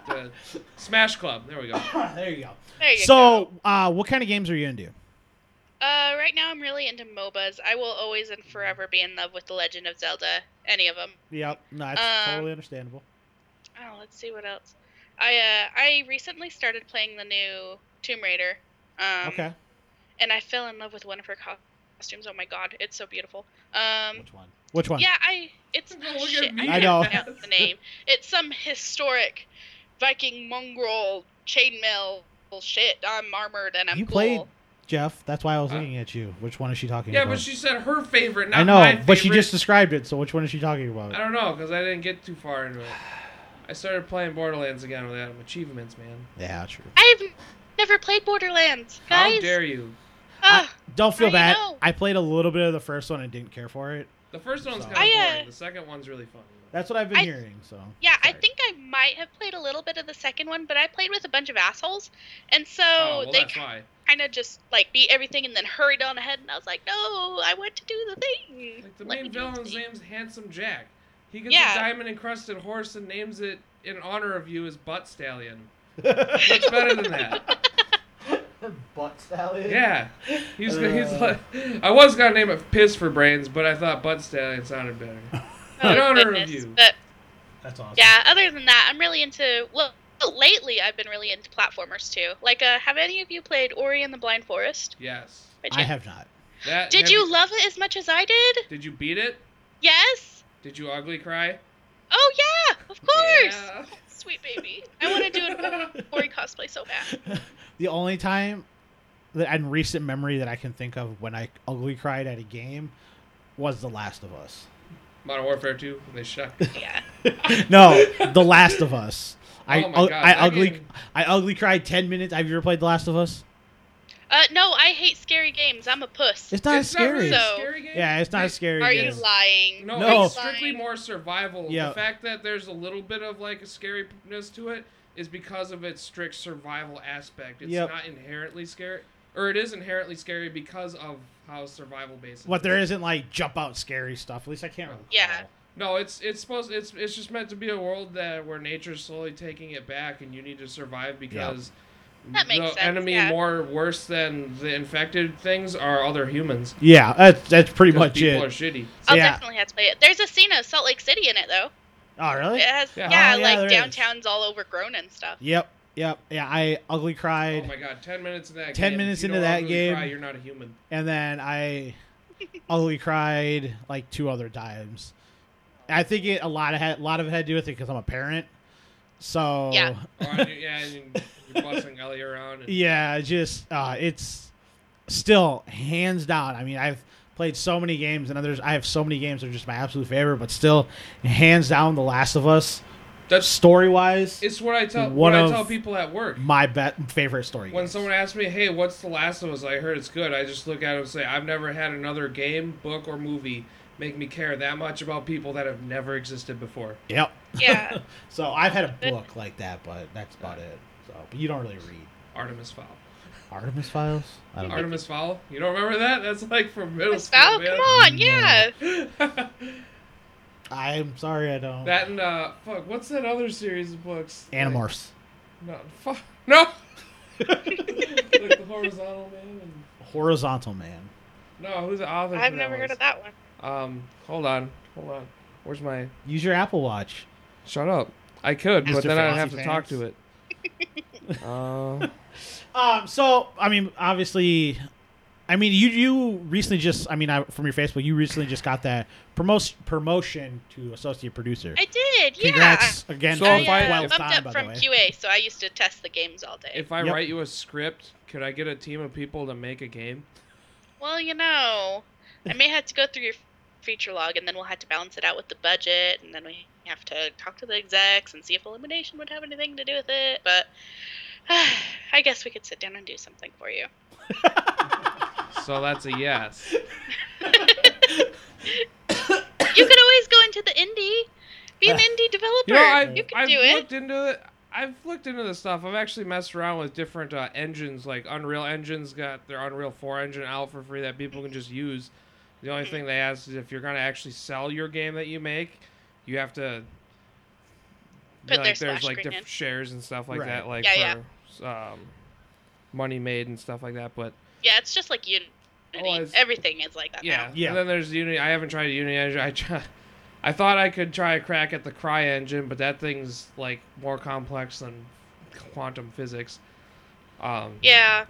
the Smash Club. There we go. there you go. There you go. So, uh, what kind of games are you into? Uh, right now I'm really into MOBAs. I will always and forever be in love with The Legend of Zelda. Any of them. Yep, no, that's Um, totally understandable. Oh, let's see what else. I uh, I recently started playing the new Tomb Raider. Um, okay, And I fell in love with one of her co- costumes. Oh my god, it's so beautiful. Um, which one? Which one? yeah, I it's Look at shit, me. I know. can't pronounce the name. It's some historic Viking mongrel chainmail shit. I'm armored and I'm you cool. played Jeff. That's why I was Huh? looking at you. Which one is she talking Yeah, about? but she said her favorite, not I know, my but she favorite. just described it. So which one is she talking about? I don't know because I didn't get too far into it. I started playing Borderlands again without them achievements, man. Yeah, true. I've never played Borderlands, guys. Uh, How dare you? Ugh. Don't feel How do you bad. know? I played a little bit of the first one and didn't care for it. The first one's So- kind of I, uh, boring. The second one's really fun. That's what I've been I- hearing. So Yeah, I Sorry. think I might have played a little bit of the second one, but I played with a bunch of assholes, and so Oh, well, they that's why. kind of just like beat everything and then hurried on ahead. And I was like, "No, I want to do the thing." Like the Let me main do the villain's thing." name's Handsome Jack. He gets Yeah. a diamond encrusted horse and names it in honor of you as Butt Stallion. What's better than that? butt salad. Yeah, he's he's Uh. like, I was gonna name it Piss for Brains, but I thought Butt Stallion sounded better. Oh, In honor of goodness. you. But that's awesome. yeah, other than that, I'm really into. Well, lately I've been really into platformers too. Like, uh, have any of you played Ori and the Blind Forest? Yes, By I chance? have not. that. Did have you love it as much as I did? Did you beat it? Yes. Did you ugly cry? Oh yeah, of course. Yeah. Sweet baby, I want to do an Ori cosplay so bad. the only time that in recent memory that I can think of when I ugly cried at a game was The Last of Us. Modern Warfare 2. They shot. Yeah. No, The Last of Us. I Oh my ug- God, I that ugly game- I ugly cried ten minutes. Have you ever played The Last of Us? Uh, no, I hate scary games. I'm a puss. It's not It's not scary. really So- a scary game. yeah, it's not a scary. Are game. you lying? No, No. it's strictly Fine. more survival. Yeah. The fact that there's a little bit of like a scariness to it is because of its strict survival aspect. It's Yep. not inherently scary, or it is inherently scary because of how survival based. it But there isn't like jump out scary stuff. At least I can't. Recall. Yeah. No, it's it's supposed it's it's just meant to be a world that where nature's slowly taking it back, and you need to survive because That makes the sense, enemy yeah. more worse than the infected things are other humans. Yeah, that's that's pretty 'Cause much people it. are shitty. I'll Yeah. definitely have to play it. There's a scene of Salt Lake City in it, though. oh really? It has, Yeah. yeah, Oh, yeah, there like is. downtown's all overgrown and stuff. Yep. Yep. Yeah, I ugly Oh cried, my god, ten minutes in 10 that. game. If minutes you into don't that ugly game- cry, you're not a human. and then I ugly cried like two other times. I think it a lot of had, a lot of it had to do with it because I'm a parent. So Yeah. Oh, and you- yeah, and you- you're busting Ellie around. And, Yeah, just uh, it's still hands down. I mean, I've played so many games, and others. I have so many games that are just my absolute favorite. But still, hands down, The Last of Us, that's story wise, it's what I tell One what I of- tell people at work. my bet favorite story. When games. someone asks me, "Hey, what's The Last of Us?" I heard it's good. I just look at them and say, "I've never had another game, book, or movie make me care that much about people that have never existed before." yep. Yeah. So I've had a book like that, but that's about it. So, but you don't really read Artemis Fowl. Artemis Files. I don't know. Artemis Fowl. You don't remember that? That's like from middle Miss school. Val, man. come on, yeah. I'm sorry, I don't. that and uh, fuck, what's that other series of books? Animorphs. Like, no, fuck, no. like the horizontal man. And, Horizontal Man. no, who's the author? I've for never that heard was? of that one. Um, hold on, hold on. Where's my? Use your Apple Watch. Shut up. I could, but Mr. then I'd Fancy have to talk Pants. to it. uh, Um, so I mean, obviously, I mean, you you recently just, I mean, I, from your Facebook, you recently just got that promotion promotion to associate producer. I did, Uh, yeah. Congrats again. So for I the if I- uh, twelfth if- bumped time, by up the from way. QA, so I used to test the games all day. if I Yep. write you a script, could I get a team of people to make a game? well, you know, I may have to go through your feature log, and then we'll have to balance it out with the budget, and then we have to talk to the execs and see if elimination would have anything to do with it. But I guess we could sit down and do something for you. So that's a yes. You could always go into the indie, be an indie developer. You know, I've, you could I've do it. looked into it. I've looked into this stuff. I've actually messed around with different uh, engines, like Unreal Engine's got their Unreal 4 engine out for free that people can just use. The only thing they ask is if you're going to actually sell your game that you make, you have to Put their like splash there's like screen different in. shares and stuff like Right. that, like Yeah, for Um, money made and stuff like that. But Yeah, it's just like Unity. Otherwise- Everything is like that Oh, yeah, now. Yeah. And then there's Unity. I haven't tried Unity Engine. I try, I thought I could try a crack at the Cry Engine, but that thing's like more complex than quantum physics. Um, Yeah.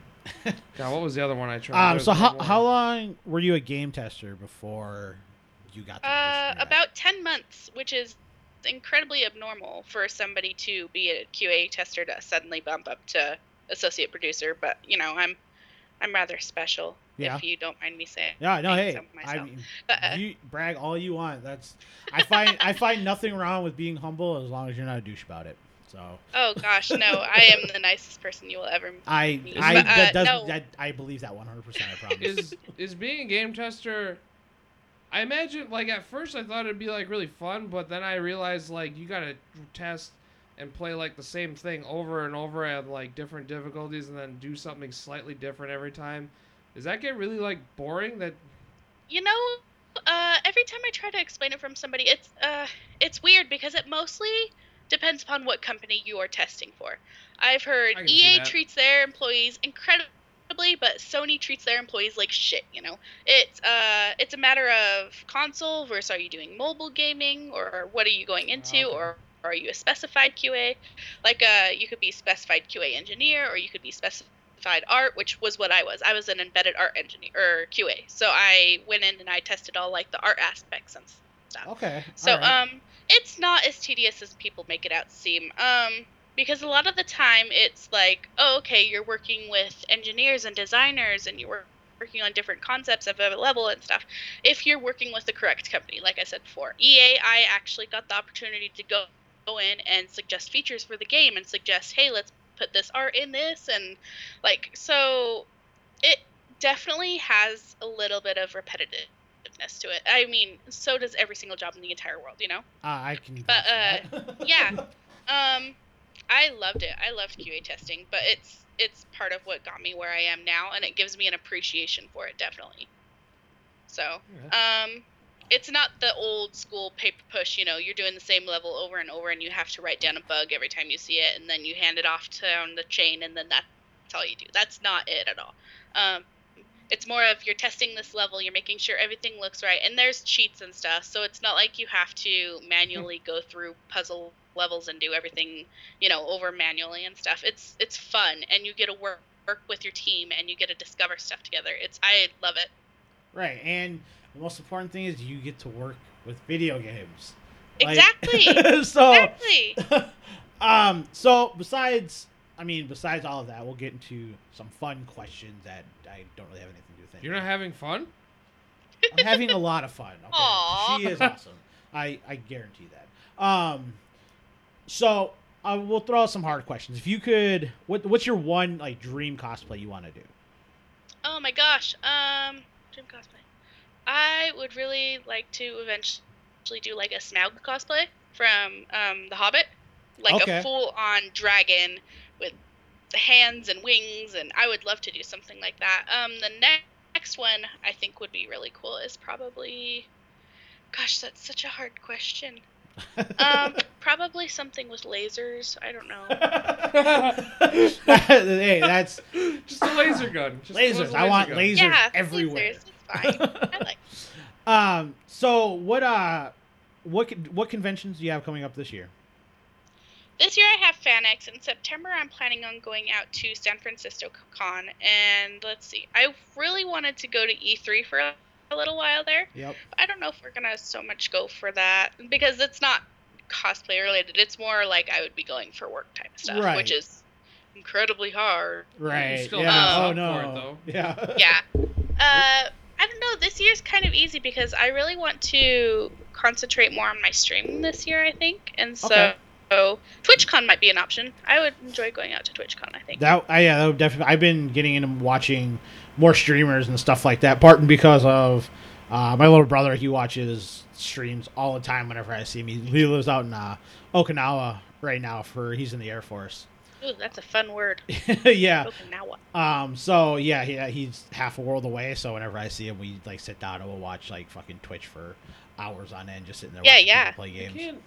God, what was the other one I tried? There Um, was so one how, more. how long were you a game tester before you got? The Uh, position you're at? about 10 months, which is incredibly abnormal for somebody to be a QA tester to suddenly bump up to associate producer, but you know, I'm I'm rather special Yeah. if you don't mind me saying. Yeah, no, hey, so I myself. mean, Uh, you brag all you want. That's I find I find nothing wrong with being humble as long as you're not a douche about it. So oh gosh, no, I am the nicest person you will ever I Me- I but, uh, that does no. that, I believe that 100. percent I promise. Uh, is is being a game tester I imagine like at first I thought it'd be like really fun, but then I realized like you gotta test and play like the same thing over and over at like different difficulties and then do something slightly different every time. Does that get really like boring that You know, uh, every time I try to explain it from somebody, it's uh, it's weird because it mostly depends upon what company you are testing for. I've heard I can see EA that. treats their employees incredibly, but Sony treats their employees like shit. You know, it's uh, it's a matter of console versus are you doing mobile gaming or what are you going into okay. or. Are you a specified QA? Like, uh, you could be specified QA engineer, or you could be specified certified art, which was what I was. I was an embedded art engineer or QA. So I went in and I tested all like the art aspects and stuff. okay. So all right. um, it's not as tedious as people make it out seem. Um, because a lot of the time it's like, oh, okay, you're working with engineers and designers, and you were working on different concepts of a level and stuff. If you're working with the correct company, like I said before, EA, I actually got the opportunity to go go in and suggest features for the game and suggest, hey, let's put this art in this, and like so, it definitely has a little bit of repetitive competitiveness to it. I mean, so does every single job in the entire world, you know? uh, I can. but, uh, vouch for that. yeah. Um I loved it. I loved QA testing, but it's it's part of what got me where I am now and it gives me an appreciation for it definitely. So, um it's not the old school paper push, you know, you're doing the same level over and over and you have to write down a bug every time you see it and then you hand it off down the chain and then that's all you do. That's not it at all. Um it's more of you're testing this level, you're making sure everything looks right, and there's cheats and stuff, so it's not like you have to manually go through puzzle levels and do everything, you know, over manually and stuff. It's it's fun, and you get to work work with your team, and you get to discover stuff together. It's I love it. Right, and the most important thing is you get to work with video games. Like- Exactly. so. exactly. Oh. um, so besides, I mean, besides all of that, we'll get into some fun questions that I don't really have anything to do with. you're not having fun? anything. I'm having a lot of fun. Okay? Aw. She is awesome. I I guarantee that. Um, so I will throw out some hard questions. If you could, what what's your one like dream cosplay you want to do? Oh my gosh. Um, dream cosplay. I would really like to eventually do like a Smaug cosplay from um The Hobbit, like Okay. a full-on dragon with hands and wings, and I would love to do something like that. Um, the next next one I think would be really cool is probably, gosh, that's such a hard question. Um, probably something with lasers. I don't know. hey, that's Just a laser gun. Just a lasers. laser I want gun. lasers yeah, everywhere. lasers. It's fine. I like. Um. So what? Uh, what? con- What conventions do you have coming up this year? This year I have FanX. In September, I'm planning on going out to San Francisco Con. And let's see, I really wanted to go to E3 for a, a little while there. Yep. but I don't know if we're going to so much go for that because it's not cosplay related. It's more like I would be going for work type of stuff, Right. which is incredibly hard. Right. still yeah. have oh to opt for it, no. yeah. Yeah. Uh, I don't know. This year's kind of easy because I really want to concentrate more on my streaming this year, I think. And so. Okay. TwitchCon might be an option. I would enjoy going out to TwitchCon, I think. That. I, yeah. That would definitely. I've been getting into watching more streamers and stuff like that. Part because of uh, my little brother. He watches streams all the time. Whenever I see him, he, he lives out in uh, Okinawa right now. For he's in the Air Force. Ooh, that's a fun word. yeah. Okay, now what? Um. So yeah, yeah, he's half a world away. So whenever I see him, we like sit down and we'll watch like fucking Twitch for hours on end, just sitting there. Yeah, watching yeah. people Play I games. can't.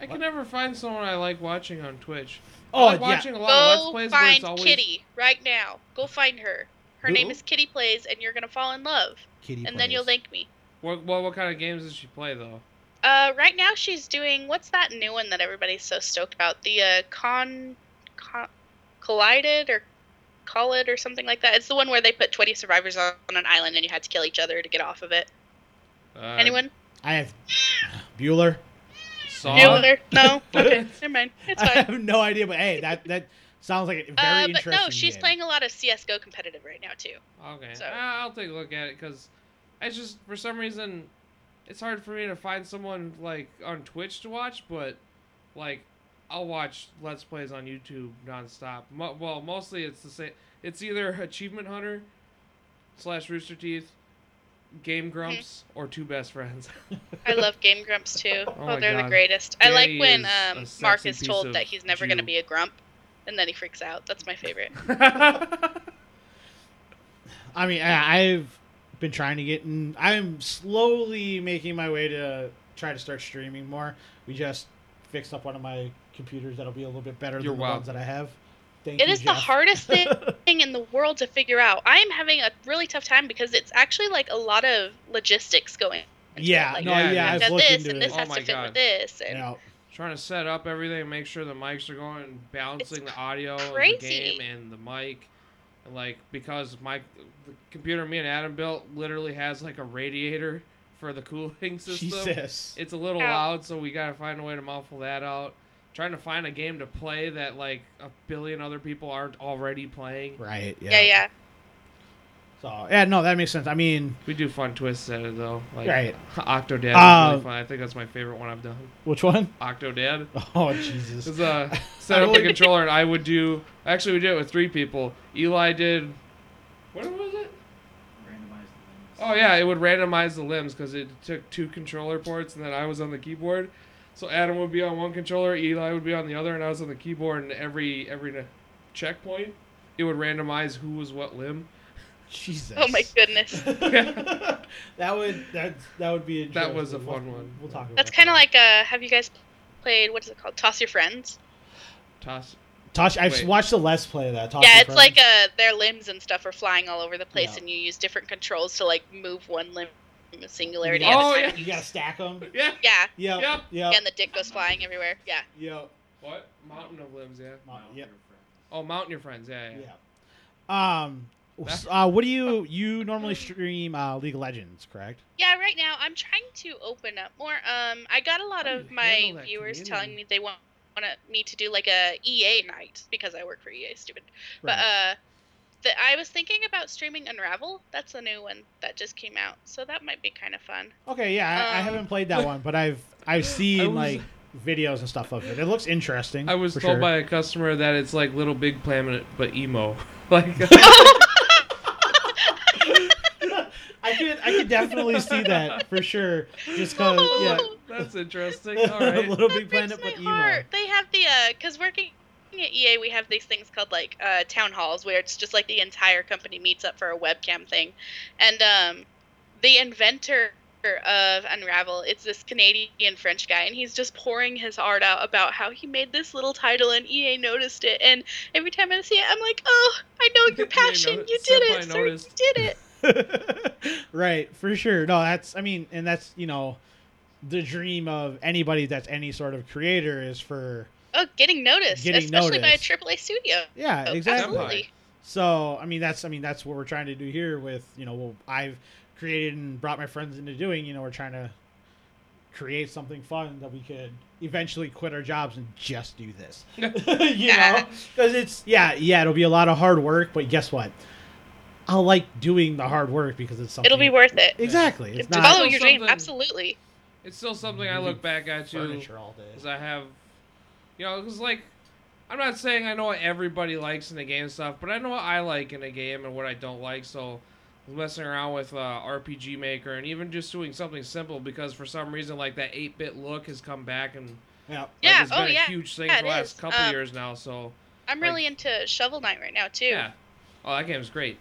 I can never find someone I like watching on Twitch. Oh I like yeah. watching a lot of Let's Go Plays where find it's always Kitty right now. Go find her. Her Who? name is Kitty Plays, and you're gonna fall in love, Kitty and then you'll plays. thank me. What, what what kind of games does she play though? Uh, right now she's doing what's that new one that everybody's so stoked about? The uh, con, con, collided or call it or something like that. It's the one where they put 20 survivors on on an island and you had to kill each other to get off of it. Uh, Anyone? I have Bueller. Saw? Bueller? No. Okay, never mind. It's I fine. have no idea, but hey, that that sounds like a very Uh, but interesting. no, she's game. playing a lot of CS:GO competitive right now too. Okay, So- I- I'll take a look at it because it's just for some reason it's hard for me to find someone like on Twitch to watch, but like I'll watch Let's Plays on YouTube nonstop. Mo- well, mostly it's the same. It's either Achievement Hunter slash Rooster Teeth, Game Grumps, or Two Best Friends. I love Game Grumps too. Oh, my they're God. the greatest. I Daddy like when is a um, sexy Mark is piece told of that he's never going to Jew. be a grump, and then he freaks out. That's my favorite. I mean, I, I've been trying to get in. I'm slowly making my way to try to start streaming more. We just fixed up one of my computers that'll be a little bit better You're than the ones welcome. that I have. Thank It you, is the Jeff. hardest thing thing in the world to figure out. I am having a really tough time because it's actually like a lot of logistics going. into yeah, it, like, no, Yeah, yeah, yeah. I've does looked this into and it. this Oh has my to fit God. with this and Now, Trying to set up everything, make sure the mics are going, and balancing the audio of the crazy. game and the mic. And like because my the computer me and Adam built literally has like a radiator for the cooling system. Jesus. It's um, a little Ow. loud, so we gotta find a way to muffle that out. Trying to find a game to play that like a billion other people aren't already playing. Right. Yeah. yeah, yeah. So yeah, no, that makes sense. I mean, We do fun twists at it though. Like Right. Octodad is Uh, really fun. I think that's my favorite one I've done. which one? Octodad. Oh Jesus. It's uh, set up the controller, and I would do. Actually, we did it with three people. Eli did. What was it? randomized the Oh yeah, it would randomize the limbs because it took two controller ports, and then I was on the keyboard. So Adam would be on one controller, Eli would be on the other, and I was on the keyboard. And every every checkpoint, it would randomize who was what limb. Jesus. Oh my goodness. that would that that would be That was a interesting. fun We'll- one. We'll talk. About That's that. kind of like uh, have you guys played what is it called? Toss your friends. Toss. Tosh. I've Wait. watched the Let's Play of that. Tosh yeah, Your it's like Friends. uh, their limbs and stuff are flying all over the place, Yeah. and you use different controls to like move one limb in the singularity. Yeah. at a Oh, time. yeah. you gotta stack them. Yeah. Oh, Yep. yeah, Yep. Yep. yeah, Yep. and the dick goes flying everywhere. Yeah, Yep. What? Mountain of limbs. Yeah. Uh, Mount yep. Your Friends. Oh, mountain your friends. Yeah. Yeah. Yeah. Um. s- Uh, what do you you normally stream uh, League of Legends, correct? yeah. Right now, I'm trying to open up more. Um, I got a lot How do of you my handle that viewers community? telling me they want want me to do like a EA night because I work for EA. Stupid, but uh. The, I was thinking about streaming Unravel. That's a new one that just came out, so that might be kind of fun. okay, yeah, I, I um, haven't played that one, but I've I've seen I was- like videos and stuff of it. It looks interesting. I was for told sure. by a customer that it's like Little Big Planet but emo. like. I could I could definitely see that for sure. Just because yeah, That's interesting. All right. Little Big That breaks Planet, but my emo. heart. They have the uh, because working at EA, we have these things called like uh, town halls where it's just like the entire company meets up for a webcam thing, and um, the inventor of Unravel, it's this Canadian French guy, and he's just pouring his heart out about how he made this little title and EA noticed it, and every time I see it, I'm like, oh, I know your EA passion, noticed- you did Senpai it, sir, you noticed." did it. right, for sure. No, that's I mean, and that's you know, the dream of anybody that's any sort of creator is for Oh, getting noticed, Getting especially noticed. by a AAA studio. yeah, Oh, exactly. Absolutely. So I mean, that's I mean that's what we're trying to do here with you know well, I've created and brought my friends into doing. You know, we're trying to create something fun that we could eventually quit our jobs and just do this. you know, Yeah. because it's yeah yeah it'll be a lot of hard work, but guess what? I'll like doing the hard work because it's something. It'll be worth it. exactly. It's To not follow your dream, Something- absolutely. It's still something I look back at you furniture all day. because I have, you know, because like, I'm not saying I know what everybody likes in the game stuff, but I know what I like in a game and what I don't like. So, messing around with uh, RPG Maker and even just doing something simple because for some reason like that 8-bit look has come back and like, Yeah. Yeah, it's oh, been a yeah, huge thing yeah, for the it last is. couple Um, years now. So I'm really into Shovel Knight right now too. Yeah. Oh, that game's great.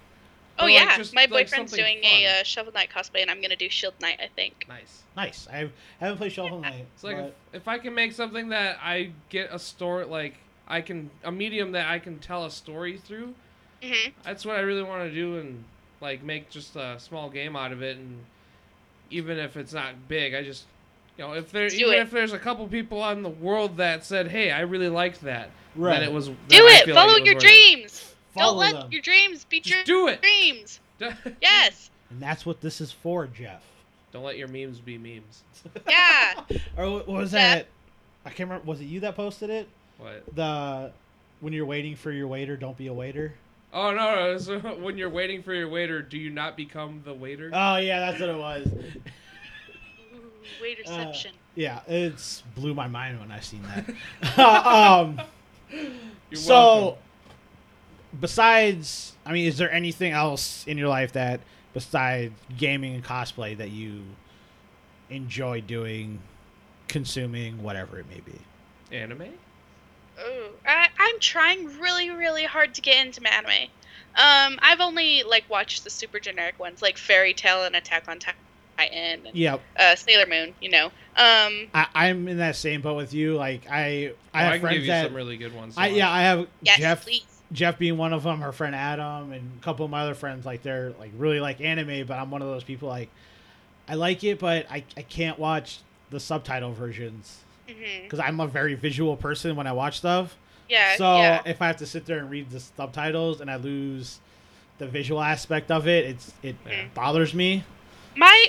Oh Or, like, yeah, just, my like, boyfriend's something doing fun. a uh, Shovel Knight cosplay, and I'm gonna do Shield Knight. I think. Nice. Nice. I haven't played Shovel Knight. It's like but- if, if I can make something that I get a story like I can a medium that I can tell a story through. hmm That's what I really want to do and like make just a small game out of it and even if it's not big, I just you know, if there Do even it. if there's a couple people on the world that said, "Hey, I really liked that," right. then it was then Do I it. feel like Follow was your worth it. dreams. Don't Follow let them. your dreams be Just your do it. dreams. Yes. and that's what this is for, Jeff. Don't let your memes be memes. Yeah. Or what was Yeah. that? I can't remember. Was it you that posted it? What? The when you're waiting for your waiter, don't be a waiter. Oh no! no it's, when you're waiting for your waiter, do you not become the waiter? Oh yeah, that's what it was. Ooh, Waiterception. Yeah, it's blew my mind when I seen that. um, You're so, welcome. besides, I mean, is there anything else in your life that, besides gaming and cosplay, that you enjoy doing, consuming, whatever it may be? anime. Ooh, I, I'm trying really, really hard to get into anime. Um, I've only like watched the super generic ones, like Fairy Tale and Attack on Titan, and Yeah, uh, Sailor Moon. You know. Um, I, I'm in that same boat with you. Like, I, I Oh, have I can friends give you that, some really good ones. I, yeah, I have yes, Jeff please. Jeff being one of them, her friend Adam, and a couple of my other friends, like they're like really like anime, but I'm one of those people like I like it, but I, I can't watch the subtitle versions hmm because I'm a very visual person when I watch stuff. Yeah. so yeah. if I have to sit there and read the subtitles and I lose the visual aspect of it, it's it Yeah. bothers me. My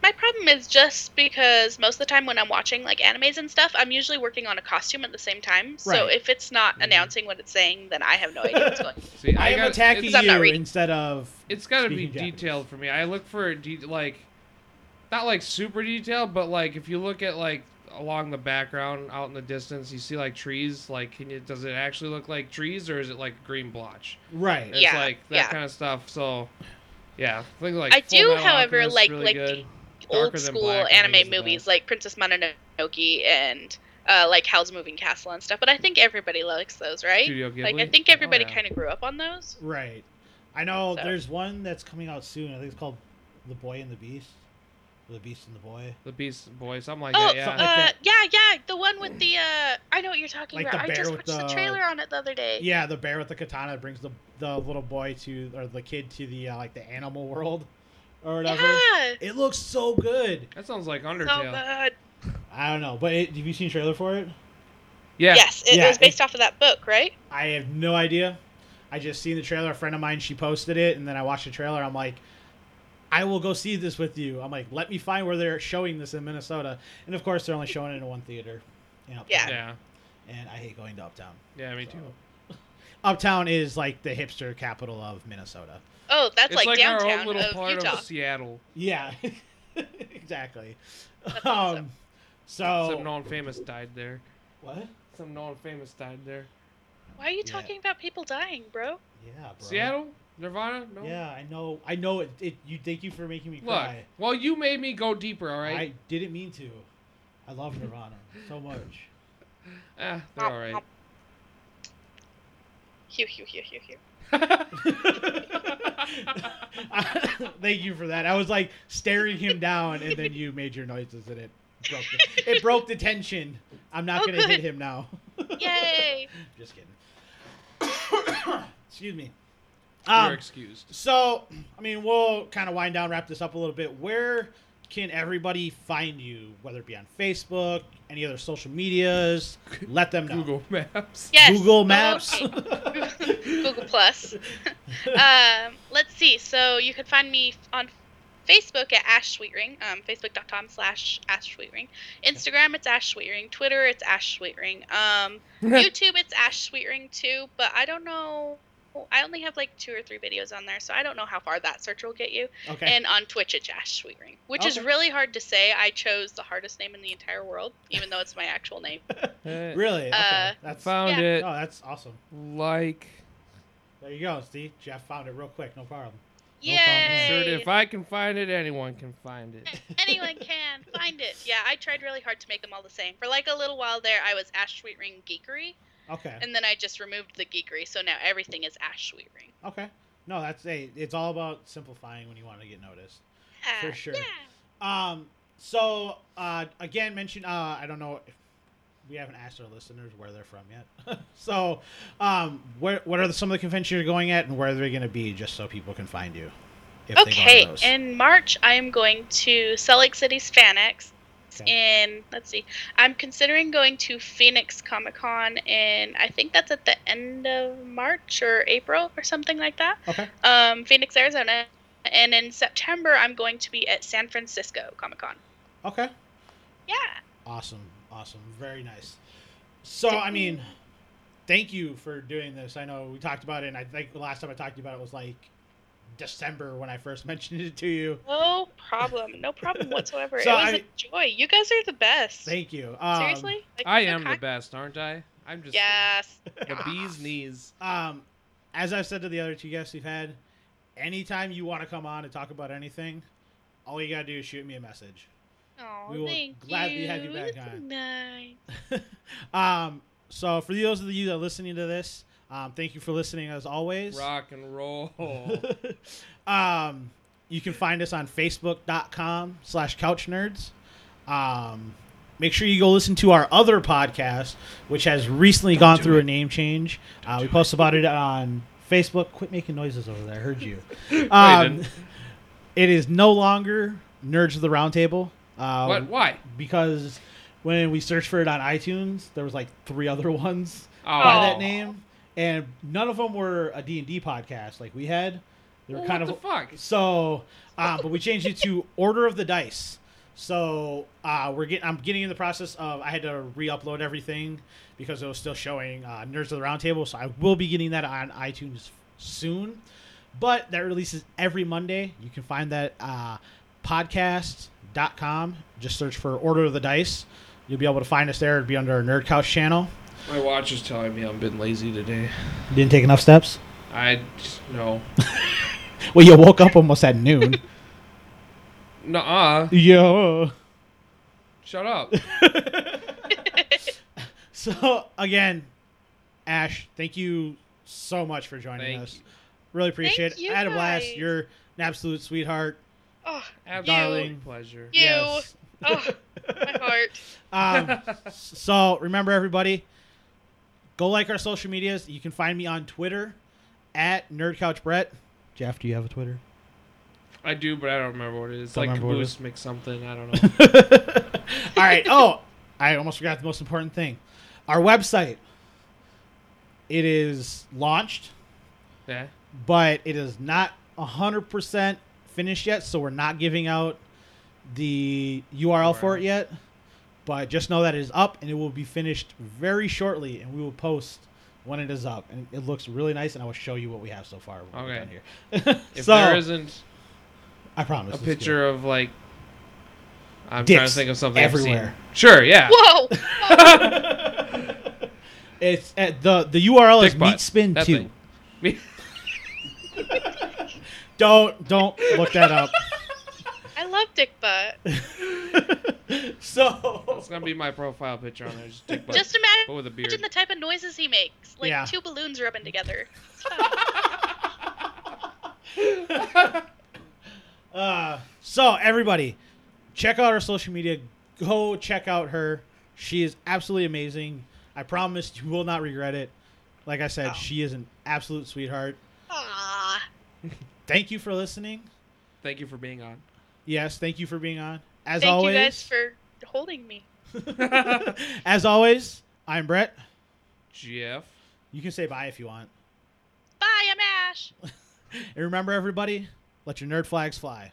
my problem is just because most of the time when I'm watching like animes and stuff, I'm usually working on a costume at the same time. So Right. Mm-hmm. if it's not Mhm. announcing what it's saying, then I have no idea what's going. on. See, I, am gotta- attacking it's- I'm not you reading. instead of it's got to be speaking Japanese. detailed for me. I look for de- like not like super detailed, but like if you look at like along the background out in the distance, you see like trees. Like, can you, does it actually look like trees or is it like a green blotch? right. It's Yeah, like that yeah. kind of stuff. So, yeah, things like I Full do, Metal however, Alchemist, like- really like good. Darker Old Than school Black, I think, is anime the movies best. like Princess Mononoke and uh, like Howl's Moving Castle and stuff. But I think everybody likes those, right? Studio Ghibli. Like I think Oh, everybody yeah. kind of grew up on those. Right. I know So- there's one that's coming out soon. I think it's called The Boy and the Beast. Or the Beast and the Boy. The Beast Boy, something like oh, that. Yeah. something like uh, that. yeah, yeah, the one with the uh, I know what you're talking Like about. the I bear just with watched the... the- trailer on it the other day. Yeah, the bear with the katana brings the the little boy to or the kid to the uh, like the animal world or whatever. yeah. It looks so good. that sounds like So Undertale. good. I don't know, but it, have you seen trailer for it? yeah. Yes, it Yeah, was based off of that book, right? I have no idea. I just seen the trailer. A friend of mine she posted it, and then I watched the trailer. I'm like, I will go see this with you. I'm like, let me find where they're showing this in Minnesota, and of course they're only showing it in one theater. In uptown, Yeah. And I hate going to Uptown. Yeah, me So- too. Uptown is like the hipster capital of Minnesota. Oh, that's It's like, like, our own downtown little of part Utah. of Seattle. Yeah, exactly. That's Um, awesome. so Oh. Some known famous died there. what? Some known famous died there. Why are you Yeah. talking about people dying, bro? Yeah, bro. Seattle? Nirvana? No. Yeah, I know. I know. It, it. You thank you for making me Look, cry. well, you made me go deeper, all right? I didn't mean to. I love Nirvana so much. Eh, they're all right. Hew, hew, hew, hew, hew. thank you for that. I was like staring him down, and then you made your noises, and it broke. The, it broke the tension. I'm not Oh, gonna hit good. him now. Yay! Just kidding. Excuse me. You're Um, excused. so, I mean, we'll kind of wind down, wrap this up a little bit. Where can everybody find you? Whether it be on Facebook, any other social medias, let them know. Google Maps. Yes. Google okay. Maps. Google Plus. um, let's see. So you can find me on Facebook at Ash Sweetring, um, facebook.com slash Ash Sweetring. Instagram, it's Ash Sweetring. Twitter, it's Ash Sweetring. Um, YouTube, it's Ash Sweetring too, but I don't know. I only have like two or three videos on there, so I don't know how far that search will get you. okay. And on Twitch, it's Ash Sweetring, which is Okay. really hard to say. I chose the hardest name in the entire world, even though it's my actual name. Eh, really? Okay. uh, that's oh, Found Yeah. it. that's awesome. Like. There you go. See, Jeff found it real quick. No problem. No problem. Sure, Yay! if I can find it, anyone can find it. Anyone can find it. Yeah, I tried really hard to make them all the same. For like a little while there, I was Ash Sweetring Geekery, Okay. And then I just removed the geekery, so now everything is Ash Sweetring. Okay. No, that's hey, it's all about simplifying when you want to get noticed. For Yeah, sure. Ah, Yeah. Um. So uh, again, mention. Uh, I don't know. if We haven't asked our listeners where they're from yet. so, um, where what are the, some of the conventions you're going at, and where are they going to be, just so people can find you? If okay, in March I am going to Salt Lake City's FanX. In let's see, I'm considering going to Phoenix Comic Con, and I think that's at the end of March or April or something like that. okay. Um, Phoenix, Arizona, and in September I'm going to be at San Francisco Comic Con. Okay. Yeah. Awesome. Awesome. Very nice. So, I mean, thank you for doing this. I know we talked about it, and I think the last time I talked to you about it was like December when I first mentioned it to you. No problem. No problem whatsoever. So it was a I- joy. You guys are the best. Thank you. Um, Seriously? Like, I no am the con- best, aren't I? I'm just Yes. the bee's knees. Um, as I've said to the other two guests we've had, anytime you want to come on and talk about anything, all you gotta do is shoot me a message. Aw, We will thank gladly you. have you back That's on. nice. um, so for those of you that are listening to this, um, thank you for listening as always. Rock and roll. um, you can find us on facebook.com slash couch nerds um, make sure you go listen to our other podcast which has recently gone through a name change uh, we post about it on facebook quit making noises over there i heard you um, didn't. it is no longer nerds of the roundtable uh, what? Why? because when we searched for it on itunes there was like three other ones Oh, by that name, and none of them were a D and D podcast like we had. They were Well, kind what of the fuck? so, uh, but we changed it to Order of the Dice. So uh, we're getting. I'm getting in the process of. I had to re-upload everything because it was still showing uh, Nerds of the Roundtable. So I will be getting that on iTunes soon. But that releases every Monday. You can find that uh, podcast.com. Just search for Order of the Dice. You'll be able to find us there. It'd be under our Nerd Couch channel. My watch is telling me I've been lazy today. Didn't take enough steps. I just, no. Well, you woke up almost at noon. Nuh-uh. Yo. Shut up. So again, Ash, thank you so much for joining Thank us. you. Really appreciate Thank it. you I had a blast. guys. You're an absolute sweetheart. Oh, Absolute You. pleasure. You. Yes. oh, my heart. Um, so remember, everybody, go like our social medias. You can find me on Twitter at NerdCouchBrett. Jeff, do you have a Twitter? I do, but I don't remember what it is. It's Don't like remember what it Caboose is. mix something. I don't know. All right. Oh, I almost forgot the most important thing. Our website. It is launched, yeah. but it is not 100% finished yet, so we're not giving out the URL for it URL. yet. But just know that it is up and it will be finished very shortly, and we will post when it is up. And it looks really nice, and I will show you what we have so far. when we're Okay. done here. If so, there isn't I promise. a it's good. picture of like, I'm trying Dicks to think of something everywhere. I've seen. Sure. Yeah. Whoa. It's at the the URL Dick is butt. meatspin That two. thing. Me- Don't don't look that up. I love dick butt. so That's gonna be my profile picture on there. Just dick butt, Just but imagine with a beard. the type of noises he makes. Like Yeah. two balloons rubbing together. uh, so everybody, check out our social media. Go check out her. She is absolutely amazing. I promise you will not regret it. Like I said, Oh. she is an absolute sweetheart. Aww. Thank you for listening. Thank you for being on. Yes, thank you for being on. As Thank always, you guys for holding me. as always, I'm Brett. Jeff. You can say bye if you want. Bye, I'm Ash. And remember, everybody, let your nerd flags fly.